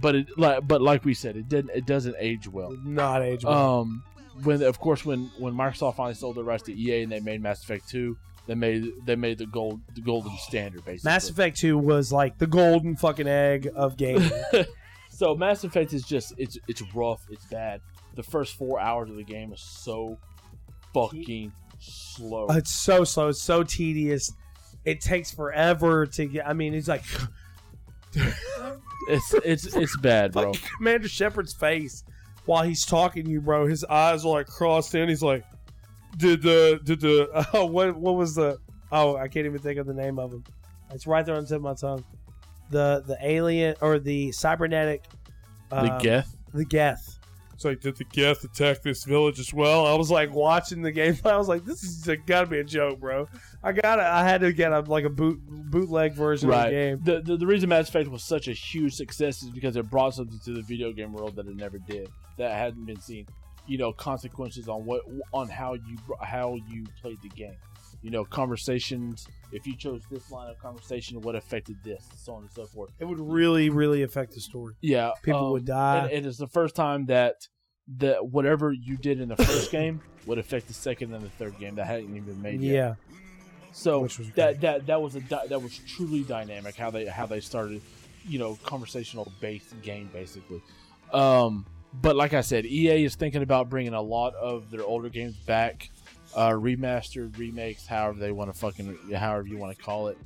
Speaker 1: but it like but like we said, it didn't it doesn't age well.
Speaker 2: not age well.
Speaker 1: Um, when of course when when Microsoft finally sold the rights to EA and they made Mass Effect two, they made they made the gold the golden standard basically.
Speaker 2: Mass Effect Two was like the golden fucking egg of gaming.
Speaker 1: So Mass Effect is just it's it's rough, it's bad. The first four hours of the game is so fucking slow.
Speaker 2: It's so slow. It's so tedious. It takes forever to get. I mean, it's like
Speaker 1: It's it's it's bad, bro.
Speaker 2: fucking Commander Shepard's face while he's talking to you, bro. His eyes are like crossed in. He's like, did the did the oh what what was the oh I can't even think of the name of him. It's right there on the tip of my tongue. The the alien or the cybernetic
Speaker 1: the
Speaker 2: um,
Speaker 1: Geth.
Speaker 2: the Geth. It's like, did the Geth attack this village as well? I was like watching the gameplay. I was like, this is gotta be a joke, bro. I gotta, I had to get a, like a boot bootleg version of the
Speaker 1: Right.
Speaker 2: game.
Speaker 1: The, the the reason Mass Effect was such a huge success is because it brought something to the video game world that it never did, that hadn't been seen. You know, consequences on what on how you how you played the game. You know, conversations. If you chose this line of conversation, what affected this, so on and so forth.
Speaker 2: It would really, really affect the story.
Speaker 1: Yeah,
Speaker 2: People
Speaker 1: um,
Speaker 2: would die.
Speaker 1: and it is the first time that that whatever you did in the first game would affect the second and the third game that hadn't even been made yet.
Speaker 2: yeah,
Speaker 1: So
Speaker 2: Which was
Speaker 1: that
Speaker 2: great.
Speaker 1: that that was a di- that was truly dynamic how they how they started, you know, conversational based game basically. Um, but like I said, EA is thinking about bringing a lot of their older games back, uh, remastered, remakes, however they want to fucking however you want to call it.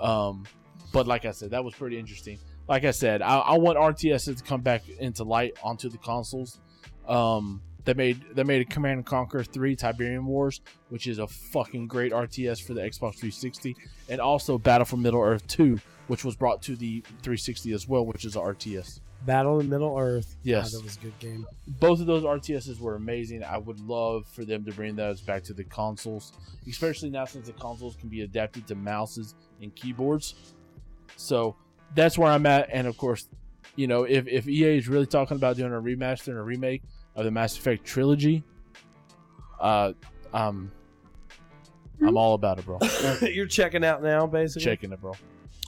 Speaker 1: Um, but like I said, that was pretty interesting. Like I said, I, I want RTS to come back into light onto the consoles. Um, they made they made a Command and Conquer Three Tiberian Wars, which is a fucking great RTS for the Xbox 360, and also Battle for Middle Earth Two, which was brought to the 360 as well, which is a RTS.
Speaker 2: Battle in Middle Earth.
Speaker 1: Yes.
Speaker 2: God, that was a good game.
Speaker 1: Both of those RTSs were amazing. I would love for them to bring those back to the consoles, especially now since the consoles can be adapted to mouses and keyboards. So that's where I'm at. And of course, you know, if, if EA is really talking about doing a remaster and a remake of the Mass Effect trilogy, uh, um, I'm all about it, bro.
Speaker 2: You're checking out now, basically.
Speaker 1: Checking it, bro.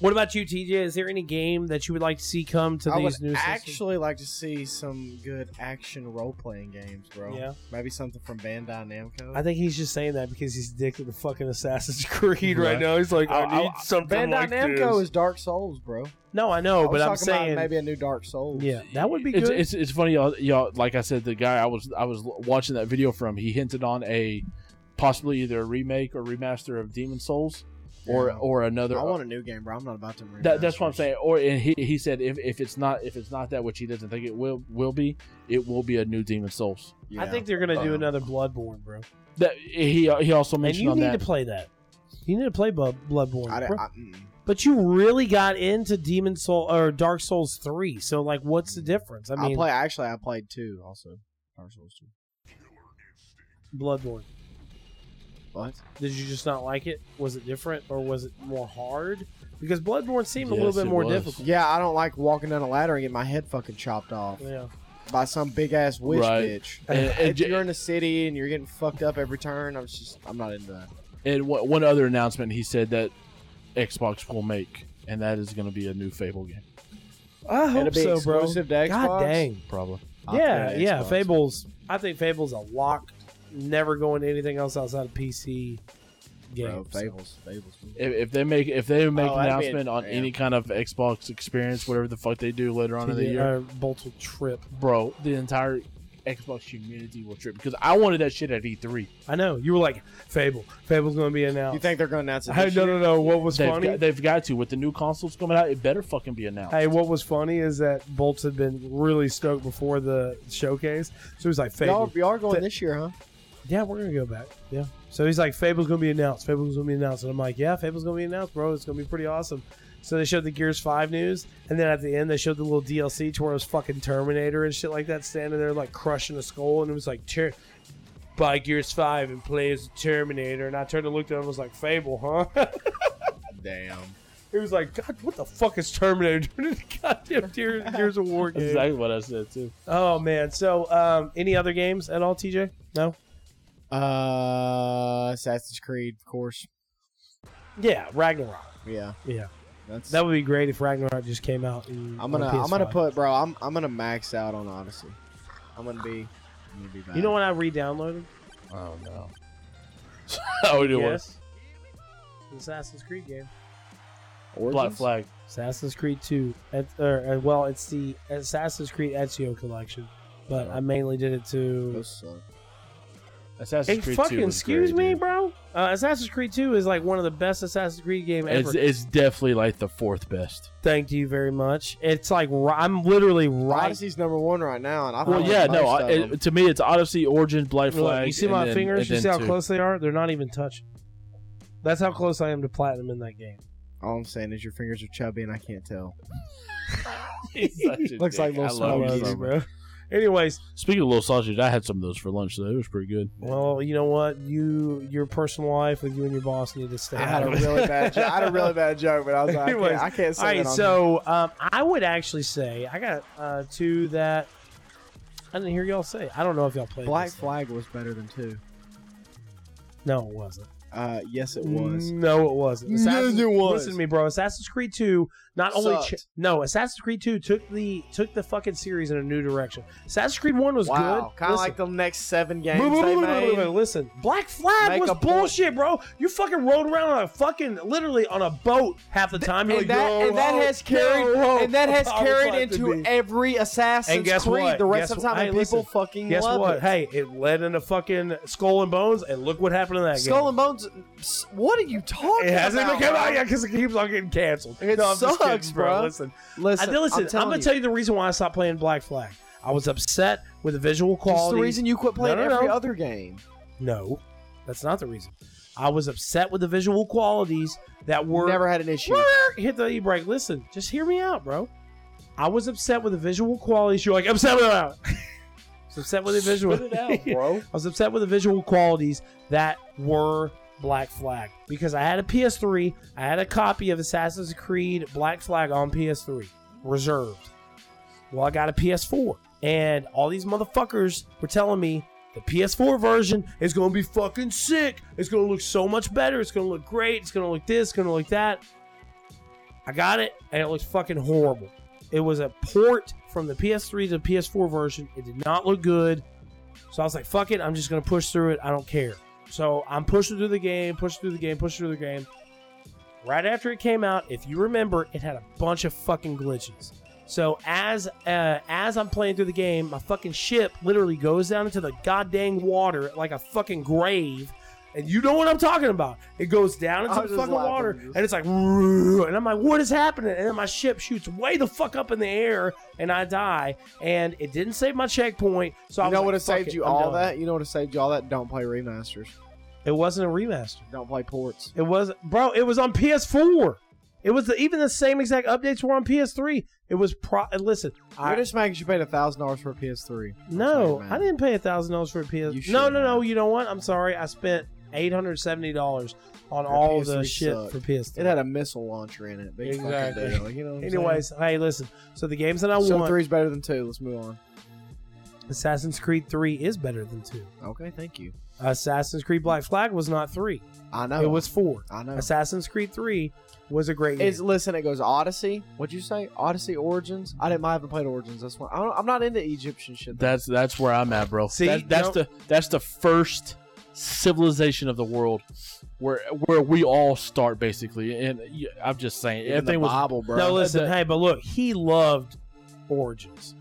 Speaker 2: What about you, TJ? Is there any game that you would like to see come to
Speaker 4: I
Speaker 2: these
Speaker 4: would
Speaker 2: new systems?
Speaker 4: actually like to see some good action role playing games, bro.
Speaker 2: Yeah.
Speaker 4: Maybe something from Bandai Namco.
Speaker 2: I think he's just saying that because he's addicted to fucking Assassin's Creed right,
Speaker 1: Right.
Speaker 2: now. He's like, I,
Speaker 4: I- I-
Speaker 2: need something
Speaker 4: Bandai
Speaker 2: like
Speaker 4: Namco
Speaker 2: this.
Speaker 4: is Dark Souls, bro.
Speaker 2: no, I
Speaker 4: I
Speaker 2: know,
Speaker 4: was
Speaker 2: but I'm
Speaker 4: talking
Speaker 2: saying
Speaker 4: about maybe a new Dark Souls.
Speaker 2: Yeah, that would be
Speaker 1: it's,
Speaker 2: good.
Speaker 1: It's, it's funny, y'all, y'all. Like I said, the guy I was I was watching that video from, he hinted on a possibly either a remake or remaster of Demon Souls, or
Speaker 4: Yeah.
Speaker 1: or another. uh,
Speaker 4: I want a new game, bro. I'm not about to.
Speaker 1: that, that's what I'm
Speaker 4: remasters.
Speaker 1: saying. Or and he, he said if, if it's not if it's not that which he doesn't think it will will be, it will be a new Demon Souls.
Speaker 2: I
Speaker 4: Yeah.
Speaker 2: think they're gonna do
Speaker 4: Um,
Speaker 2: another Bloodborne, bro.
Speaker 1: That he he also
Speaker 2: And
Speaker 1: mentioned
Speaker 2: you
Speaker 1: on
Speaker 2: need
Speaker 1: that.
Speaker 2: to play that. You need to play Bu- Bloodborne,
Speaker 4: I, I,
Speaker 2: bro.
Speaker 4: mm.
Speaker 2: but you really got into Demon Soul or Dark Souls three. So like, what's the difference? I
Speaker 4: I
Speaker 2: mean,
Speaker 4: play. Actually, I played two also. Dark Souls two.
Speaker 2: Bloodborne.
Speaker 4: What?
Speaker 2: Did you just not like it? Was it different or was it more hard? Because Bloodborne seemed a
Speaker 1: Yes,
Speaker 2: little bit
Speaker 1: it
Speaker 2: more
Speaker 1: was.
Speaker 2: difficult.
Speaker 4: Yeah, I don't like walking down a ladder and getting my head fucking chopped off
Speaker 2: Yeah.
Speaker 4: by some big ass witch
Speaker 1: Right.
Speaker 4: bitch.
Speaker 1: And- and
Speaker 4: if
Speaker 1: j-
Speaker 4: you're in a city and you're getting fucked up every turn, I'm just I'm not into that.
Speaker 1: And one one other announcement, he said that Xbox will make, and that is going to be a new Fable game,
Speaker 2: I
Speaker 4: It'll
Speaker 2: hope
Speaker 4: be
Speaker 2: so, bro.
Speaker 4: exclusive to
Speaker 2: God
Speaker 4: Xbox?
Speaker 2: dang.
Speaker 1: probably.
Speaker 4: I'll
Speaker 2: Yeah,
Speaker 4: play
Speaker 2: yeah.
Speaker 4: Xbox.
Speaker 2: Fables. I think Fables a lock. Never going to anything else outside of PC games.
Speaker 4: Bro, Fables, Fables.
Speaker 1: If, if they make if they make
Speaker 4: Oh,
Speaker 1: an
Speaker 4: that'd be
Speaker 1: announcement on
Speaker 4: yeah.
Speaker 1: any kind of Xbox experience, whatever the fuck they do later on in the
Speaker 2: TJ,
Speaker 1: year,
Speaker 2: uh, Bolt will trip.
Speaker 1: bro, the entire Xbox community will trip because I wanted that shit at E E3.
Speaker 2: I know. You were like, Fable. Fable's going to be announced.
Speaker 4: You think they're going to announce it?
Speaker 2: Hey,
Speaker 4: this
Speaker 2: no,
Speaker 4: year?
Speaker 2: no, no. What was
Speaker 1: They've
Speaker 2: funny?
Speaker 1: got, they've got to with the new consoles coming out. It better fucking be announced.
Speaker 2: Hey, what was funny is that Bolts had been really stoked before the showcase, so he was like, "Fable,
Speaker 4: Y'all, y'all are going
Speaker 2: Fa-
Speaker 4: this year, huh?
Speaker 2: yeah, we're gonna go back." Yeah. So he's like, "Fable's gonna be announced. Fable's gonna be announced," and I'm like, "Yeah, Fable's gonna be announced, bro. It's gonna be pretty awesome." So they showed the Gears Five news, and then at the end they showed the little DLC to where it was fucking Terminator and shit like that, standing there like crushing a skull, and it was like, "Ter- "Buy Gears Five and play as Terminator." And I turned and looked at him, and was like, "Fable, huh?"
Speaker 4: Damn.
Speaker 2: He was like, God, what the fuck is Terminator doing in the goddamn Gears, Gears of War
Speaker 1: That's
Speaker 2: game?
Speaker 1: exactly what I said too.
Speaker 2: Oh, man. So, um, any other games at all, TJ? No?
Speaker 4: Uh, Assassin's Creed, of course.
Speaker 2: Yeah, Ragnarok.
Speaker 4: Yeah,
Speaker 2: Yeah.
Speaker 4: that's.
Speaker 2: That would be great if Ragnarok just came out. And,
Speaker 4: I'm gonna
Speaker 2: on
Speaker 4: I'm gonna
Speaker 2: PS5.
Speaker 4: put, bro. I'm I'm gonna max out on Odyssey. I'm gonna be. I'm gonna be back.
Speaker 2: You know when I re downloaded?
Speaker 1: Oh no. oh, it was
Speaker 2: Yes. Assassin's Creed game.
Speaker 1: Black
Speaker 4: Origins?
Speaker 1: Flag.
Speaker 2: Assassin's Creed 2. Et- or, uh, well, it's the Assassin's Creed Ezio collection, but I mainly did it to
Speaker 4: Those suck.
Speaker 1: Assassin's
Speaker 2: Hey,
Speaker 1: Creed 2
Speaker 2: fucking
Speaker 1: was
Speaker 2: excuse
Speaker 1: great,
Speaker 2: me,
Speaker 1: dude.
Speaker 2: bro. Uh, Assassin's Creed 2 is like one of the best Assassin's Creed game ever.
Speaker 1: It's, it's definitely like the fourth best.
Speaker 2: Thank you very much. It's like ri- I'm literally right.
Speaker 3: Odyssey's number one right now, and I
Speaker 1: Well,
Speaker 3: like
Speaker 1: yeah, no.
Speaker 3: most
Speaker 1: I,
Speaker 3: of them.
Speaker 1: it, to me, it's Odyssey, Origin, Blight
Speaker 2: Look,
Speaker 1: Flag.
Speaker 2: you see
Speaker 1: and
Speaker 2: my
Speaker 1: then-
Speaker 2: fingers?
Speaker 1: and
Speaker 2: You see
Speaker 1: then
Speaker 2: how
Speaker 1: two.
Speaker 2: close they are? They're not even touching. That's how close I am to platinum in that game.
Speaker 3: All I'm saying is your fingers are chubby, and I can't tell.
Speaker 1: He's such a
Speaker 3: Looks
Speaker 1: dick.
Speaker 3: like little
Speaker 1: I love
Speaker 3: small
Speaker 1: him
Speaker 3: Yeezy,
Speaker 1: so
Speaker 3: Awesome.
Speaker 1: much.
Speaker 2: bro. Anyways,
Speaker 1: Speaking of little sausage, I had some of those for lunch, so it was pretty good.
Speaker 2: well, you know what? You your personal life with you and your boss need to stay
Speaker 3: I
Speaker 2: out
Speaker 3: had a
Speaker 2: of it.
Speaker 3: really bad. Jo- I had a really bad joke, but I was like, I
Speaker 2: Anyways,
Speaker 3: can't, I can't say
Speaker 2: All right,
Speaker 3: that on
Speaker 2: so um, I would actually say I got uh, two that I didn't hear y'all say. I don't know if y'all played.
Speaker 3: Black
Speaker 2: this.
Speaker 3: Flag was better than two.
Speaker 2: No, it wasn't.
Speaker 3: Uh, yes, it was.
Speaker 2: No, it wasn't.
Speaker 3: Yes,
Speaker 2: Assassin's-
Speaker 3: it was.
Speaker 2: Listen to me, bro. Assassin's Creed Two not only ch-
Speaker 3: Sucked.
Speaker 2: no Assassin's Creed Two took the took the fucking series in a new direction. Assassin's Creed One was
Speaker 3: wow,
Speaker 2: good.
Speaker 3: kind of
Speaker 2: Listen.
Speaker 3: like the next seven games
Speaker 2: Wait, wait, wait,
Speaker 3: they
Speaker 2: wait, wait,
Speaker 3: made.
Speaker 2: wait, Listen, Black Flag
Speaker 3: Make
Speaker 2: was
Speaker 3: a point.
Speaker 2: bullshit, bro. You fucking rode around on a fucking, literally on a boat half the time. You're
Speaker 3: And
Speaker 2: like,
Speaker 3: that,
Speaker 2: yo,
Speaker 3: and that
Speaker 2: ho,
Speaker 3: has carried
Speaker 2: yo, ho.
Speaker 3: and that has
Speaker 2: I was
Speaker 3: carried
Speaker 2: like,
Speaker 3: into
Speaker 2: dude,
Speaker 3: every Assassin's
Speaker 2: And guess
Speaker 3: Creed
Speaker 2: what?
Speaker 3: the rest
Speaker 2: Guess
Speaker 3: of the
Speaker 2: what?
Speaker 3: time, and
Speaker 2: Hey,
Speaker 3: people
Speaker 2: listen.
Speaker 3: fucking
Speaker 2: Guess
Speaker 3: love
Speaker 2: what?
Speaker 3: it.
Speaker 2: Hey, it led into fucking Skull and Bones, and look what happened in that
Speaker 3: Skull
Speaker 2: game.
Speaker 3: and Bones. s- What are you talking
Speaker 2: it hasn't
Speaker 3: about?
Speaker 2: even come
Speaker 3: bro?
Speaker 2: out yet because it keeps on getting canceled.
Speaker 3: It
Speaker 2: no, I'm just kidding,
Speaker 3: sucks, bro.
Speaker 2: Listen,
Speaker 3: Listen,
Speaker 2: I, listen, I'm,
Speaker 3: telling
Speaker 2: gonna tell you the reason why I stopped playing Black Flag. I was upset with the visual
Speaker 3: It's
Speaker 2: quality.
Speaker 3: the reason you quit playing
Speaker 2: No, no,
Speaker 3: every
Speaker 2: no.
Speaker 3: other game.
Speaker 2: No, that's not the reason. I was upset with the visual qualities that were
Speaker 3: Never had an issue.
Speaker 2: hit the e brake. Listen, just hear me out, bro. I was upset with the visual qualities. You're like upset with it. was upset with the visual.
Speaker 1: Spit it out, bro.
Speaker 2: I was upset with the visual qualities that were Black Flag because I had a PS3. I had a copy of Assassin's Creed Black Flag on PS3 reserved. Well, I got a PS4, and all these motherfuckers were telling me the PS4 version is going to be fucking sick. It's going to look so much better. It's going to look great. It's going to look this. It's going to look that. I got it, and it looks fucking horrible. It was a port from the PS3 to the PS4 version. It did not look good. So I was like, fuck it, I'm just gonna push through it. I don't care. So I'm pushing through the game, pushing through the game, pushing through the game. Right after it came out, if you remember, it had a bunch of fucking glitches. So as uh, as I'm playing through the game, my fucking ship literally goes down into the goddamn water like a fucking grave. And you know what I'm talking about. It goes down
Speaker 3: I
Speaker 2: into
Speaker 3: was
Speaker 2: the
Speaker 3: just
Speaker 2: fucking
Speaker 3: laughing.
Speaker 2: water, and it's like, "Roo," and I'm like, what is happening? And then my ship shoots way the fuck up in the air, and I die. And it didn't save my checkpoint, so I
Speaker 3: You
Speaker 2: was
Speaker 3: know
Speaker 2: like,
Speaker 3: what have
Speaker 2: "Fuck
Speaker 3: saved
Speaker 2: it,
Speaker 3: you
Speaker 2: I'm
Speaker 3: all
Speaker 2: done."
Speaker 3: that? You know what have saved you all that? Don't play remasters.
Speaker 2: It wasn't a remaster.
Speaker 3: Don't play ports.
Speaker 2: It was bro. It was on PS4. It was the, even the same exact updates were on PS3. It was pro. Listen,
Speaker 3: You're
Speaker 2: I
Speaker 3: just making you paid a thousand dollars for a PS3.
Speaker 2: no,
Speaker 3: Sorry, man.
Speaker 2: I didn't pay a thousand dollars for a
Speaker 3: You
Speaker 2: PS.
Speaker 3: should
Speaker 2: No, no,
Speaker 3: have.
Speaker 2: no. You know what? I'm sorry. I spent eight hundred seventy dollars on
Speaker 3: Your
Speaker 2: all the
Speaker 3: PS3
Speaker 2: shit
Speaker 3: sucked.
Speaker 2: for PS3.
Speaker 3: It had a missile launcher in it. Big
Speaker 2: Exactly.
Speaker 3: fucking deal. You know. What I'm
Speaker 2: Anyways, hey, listen. So the games that I
Speaker 3: saying? so
Speaker 2: want,
Speaker 3: three's better than two. Let's move on.
Speaker 2: Assassin's Creed Three is better than two.
Speaker 3: Okay, thank you.
Speaker 2: Assassin's Creed Black Flag was not three.
Speaker 3: I know.
Speaker 2: It was four.
Speaker 3: I know.
Speaker 2: Assassin's Creed Three was a great game.
Speaker 3: It's, listen, it goes Odyssey. What'd you say? Odyssey Origins. I didn't. I haven't played Origins. That's one. I don't, I'm not into Egyptian shit. though.
Speaker 1: That's that's where I'm at, bro.
Speaker 2: See,
Speaker 1: That- that's
Speaker 2: no-
Speaker 1: the that's the first civilization of the world where where we all start basically. And y- I'm just saying,
Speaker 3: Even the
Speaker 1: everything was
Speaker 3: Bible, bro.
Speaker 2: No, listen,
Speaker 1: The-
Speaker 2: hey, but look, he loved Origins,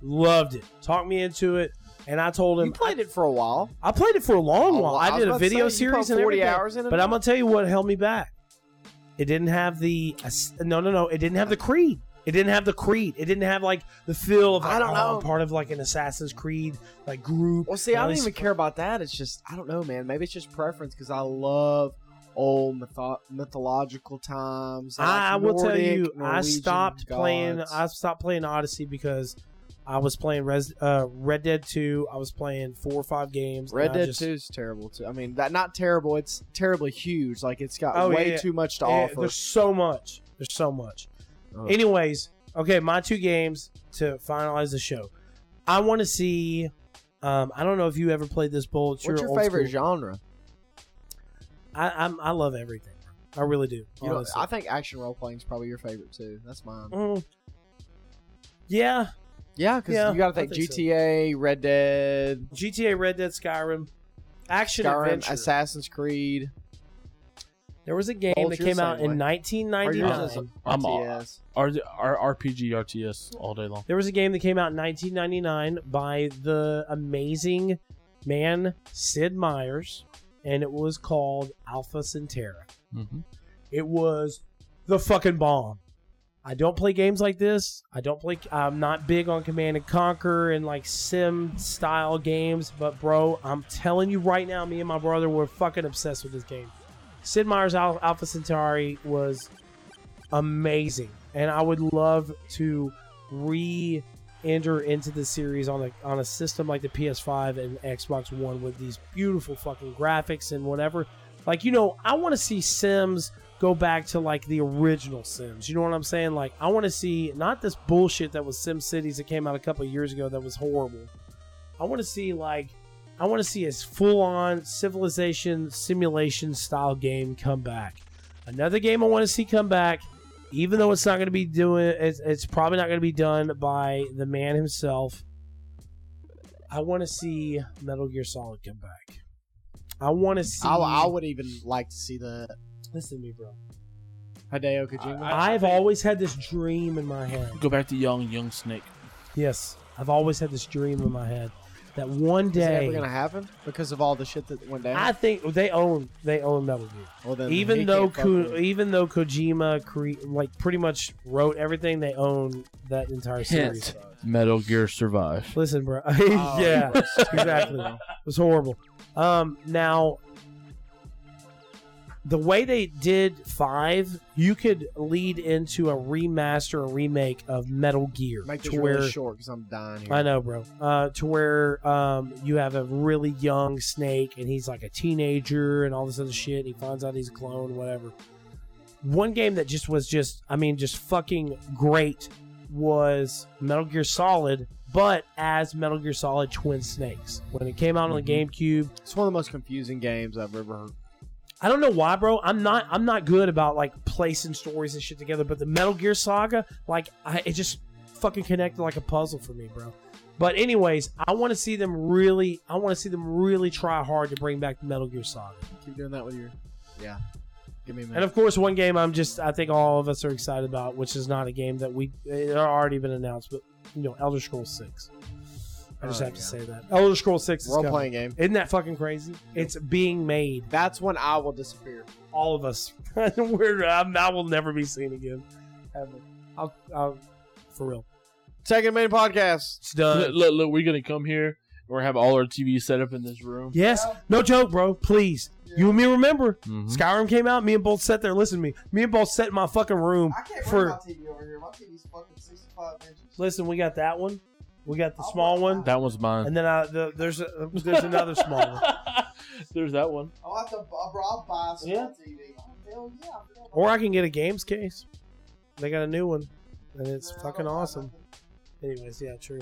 Speaker 2: loved it. Talked me into it, and I told him
Speaker 3: you played it for a while.
Speaker 2: I played it for a long
Speaker 3: A
Speaker 2: while.
Speaker 3: lo-
Speaker 2: I,
Speaker 3: Oh, I was
Speaker 2: did a
Speaker 3: about to
Speaker 2: video
Speaker 3: say, you put
Speaker 2: series and
Speaker 3: 40
Speaker 2: everything.
Speaker 3: hours in it.
Speaker 2: but I'm gonna tell you what held me back. It didn't have the ass- no, no, no. It didn't have the creed. It didn't have the creed. It didn't have like the feel of like,
Speaker 3: I don't
Speaker 2: oh,
Speaker 3: know.
Speaker 2: I'm part of like an Assassin's Creed like group.
Speaker 3: Well, see, I
Speaker 2: At
Speaker 3: don't
Speaker 2: least-
Speaker 3: even care about that. It's just I don't know, man. Maybe it's just preference because I love old mytho- mythological times.
Speaker 2: I, I
Speaker 3: like
Speaker 2: will tell
Speaker 3: Nordic,
Speaker 2: you, I
Speaker 3: Norwegian
Speaker 2: stopped playing.
Speaker 3: gods.
Speaker 2: I stopped playing Odyssey because I was playing Res, uh, Red Dead Two. I was playing four or five games. and
Speaker 3: Red
Speaker 2: I
Speaker 3: Dead
Speaker 2: just-
Speaker 3: 2 is terrible too. I mean, that not terrible. It's terribly huge. Like it's got
Speaker 2: Oh,
Speaker 3: way
Speaker 2: yeah,
Speaker 3: too much to
Speaker 2: Yeah,
Speaker 3: offer.
Speaker 2: there's so much. There's so much.
Speaker 3: Ugh.
Speaker 2: Anyways, okay, my two games to finalize the show. I want to see. Um, I don't know if you ever played this bull. It's
Speaker 3: What's your
Speaker 2: old
Speaker 3: favorite
Speaker 2: school-
Speaker 3: genre?
Speaker 2: I, I'm, I love everything. I really do.
Speaker 3: You know,
Speaker 2: honestly.
Speaker 3: I think action role playing is probably your favorite too. That's mine.
Speaker 2: Mm. yeah,
Speaker 3: Yeah, because
Speaker 2: Yeah,
Speaker 3: you got to
Speaker 2: I
Speaker 3: think,
Speaker 2: think so.
Speaker 3: GTA, Red Dead,
Speaker 2: GTA, Red Dead, Skyrim, action
Speaker 3: Skyrim,
Speaker 2: adventure.
Speaker 3: Assassin's Creed.
Speaker 2: There was a game
Speaker 3: Bolt,
Speaker 2: that
Speaker 3: you're
Speaker 2: came
Speaker 3: the
Speaker 2: out
Speaker 3: same
Speaker 2: in
Speaker 3: way. Or yours is
Speaker 2: 1999.
Speaker 1: I'm all-
Speaker 3: RTS.
Speaker 1: R- R- RPG RTS all day long.
Speaker 2: There was a game that came out in 1999 by the amazing man Sid Meier's, and it was called Alpha Centauri.
Speaker 1: Mm-hmm.
Speaker 2: It was the fucking bomb. I don't play games like this. I don't play. I'm not big on Command and Conquer and like sim style games, but bro, I'm telling you right now, me and my brother were fucking obsessed with this game. Sid Meier's Al- Alpha Centauri was amazing, and I would love to re-enter into the series on a on a system like the PS5 and Xbox One with these beautiful fucking graphics and whatever. Like you know, I want to see Sims go back to like the original Sims. You know what I'm saying? Like I want to see not this bullshit that was Sim Cities that came out a couple of years ago that was horrible. I want to see like I want to see a full-on civilization simulation style game come back. Another game I want to see come back, even though it's not going to be doing it's, it's probably not going to be done by the man himself. I want to see Metal Gear Solid come back. I want to see.
Speaker 4: I, I would even like to see the
Speaker 2: listen to me, bro.
Speaker 4: Hideo Kojima.
Speaker 1: I-
Speaker 2: I've always had this dream in my head.
Speaker 1: Go back to young, young Snake.
Speaker 2: Yes, I've always had this dream in my head that one
Speaker 4: Is it ever
Speaker 2: day
Speaker 4: gonna happen because of all the shit that went down?
Speaker 2: I think they own they own Metal Gear.
Speaker 4: well, then he
Speaker 2: Even though
Speaker 4: can't fuck
Speaker 2: Ko-
Speaker 4: with it.
Speaker 2: even though Kojima cre- like pretty much wrote everything, they own that entire series.
Speaker 1: Hint. Metal Gear Survive.
Speaker 2: Listen, bro.
Speaker 4: Oh,
Speaker 2: yeah,
Speaker 4: gross.
Speaker 2: exactly. it was horrible. Um, now, the way they did five, you could lead into a remaster, a remake of Metal Gear,
Speaker 4: make this
Speaker 2: to where
Speaker 4: really short because I'm dying here.
Speaker 2: I know, bro. Uh, to where um, you have a really young snake and he's like a teenager and all this other shit. And he finds out he's a clone, whatever. One game that just was just, I mean, just fucking great was Metal Gear Solid, but as Metal Gear Solid Twin Snakes. When it came out on the GameCube,
Speaker 4: It's one of the most confusing games I've ever heard.
Speaker 2: I don't know why, bro. I'm not I'm not good about like placing stories and shit together, but the Metal Gear Saga, like I, it just fucking connected like a puzzle for me, bro. But anyways, I want to see them really I want to see them really try hard to bring back the Metal Gear Saga.
Speaker 4: Keep doing that with your. Yeah. Give me a
Speaker 2: And
Speaker 4: minute.
Speaker 2: of course, one game I'm just I think all of us are excited about, which is not a game that we it already been announced, but you know, Elder Scrolls 6. I just
Speaker 4: Oh,
Speaker 2: have to
Speaker 4: yeah.
Speaker 2: say that. Elder Scrolls 6 is
Speaker 4: Role
Speaker 2: coming.
Speaker 4: playing game.
Speaker 2: Isn't that fucking crazy? It's being made.
Speaker 4: That's when I will disappear.
Speaker 2: all of us. We're I'm, I will never be seen again. Ever. I'll, I'll for real.
Speaker 4: Second main podcast.
Speaker 2: It's done.
Speaker 1: look, look, look, we're gonna come here. and We're gonna have all our TV set up in this room.
Speaker 2: Yes, no joke, bro. Please, you and me remember.
Speaker 1: Mhm.
Speaker 2: Skyrim came out. Me and both sat there. Listen to me. Me and both sat in my fucking room.
Speaker 3: I can't
Speaker 2: For-
Speaker 3: bring my TV over here. My TV's fucking 65 inches.
Speaker 2: Listen, we got that one. We got the small one,
Speaker 1: That one's mine.
Speaker 2: and then I, the, there's a, there's another small one.
Speaker 1: There's that one.
Speaker 3: I'll have to, I'll, I'll buy some
Speaker 2: Yeah.
Speaker 3: TV. Oh, hell yeah. I forgot about
Speaker 2: Or I
Speaker 3: that.
Speaker 2: can get a games case. They got a new one, and it's
Speaker 3: Man, I
Speaker 2: fucking
Speaker 3: don't buy
Speaker 2: awesome.
Speaker 3: nothing.
Speaker 2: Anyways, yeah, true.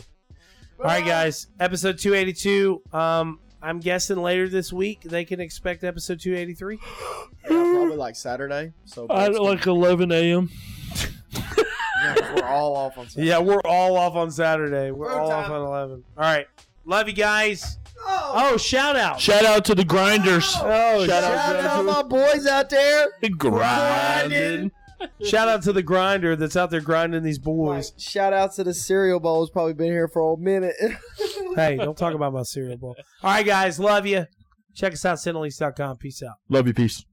Speaker 2: All right, guys. Episode 282. Um, I'm guessing later this week they can expect episode 283.
Speaker 4: Yeah, probably like Saturday. So
Speaker 1: At
Speaker 4: basically-
Speaker 1: like 11 a.m.
Speaker 4: Yeah, 'cause we're all off on Saturday.
Speaker 2: Yeah, we're all off on Saturday. We're
Speaker 3: Road
Speaker 2: all off
Speaker 3: time.
Speaker 2: on 11. All right. Love you guys.
Speaker 3: Oh,
Speaker 2: Oh, shout out.
Speaker 1: Shout out to the grinders.
Speaker 2: Oh,
Speaker 1: Shout
Speaker 2: shout,
Speaker 1: out,
Speaker 4: Shout out
Speaker 1: Grindr.
Speaker 4: my boys out there.
Speaker 1: Grinding.
Speaker 2: shout out to the grinder that's out there grinding these boys.
Speaker 3: Like, shout out to the cereal bowl. It's probably been here for a minute.
Speaker 2: Hey, don't talk about my cereal bowl. All right, guys. Love you. Check us out, Centerlease.com. Peace out.
Speaker 1: Love you. Peace.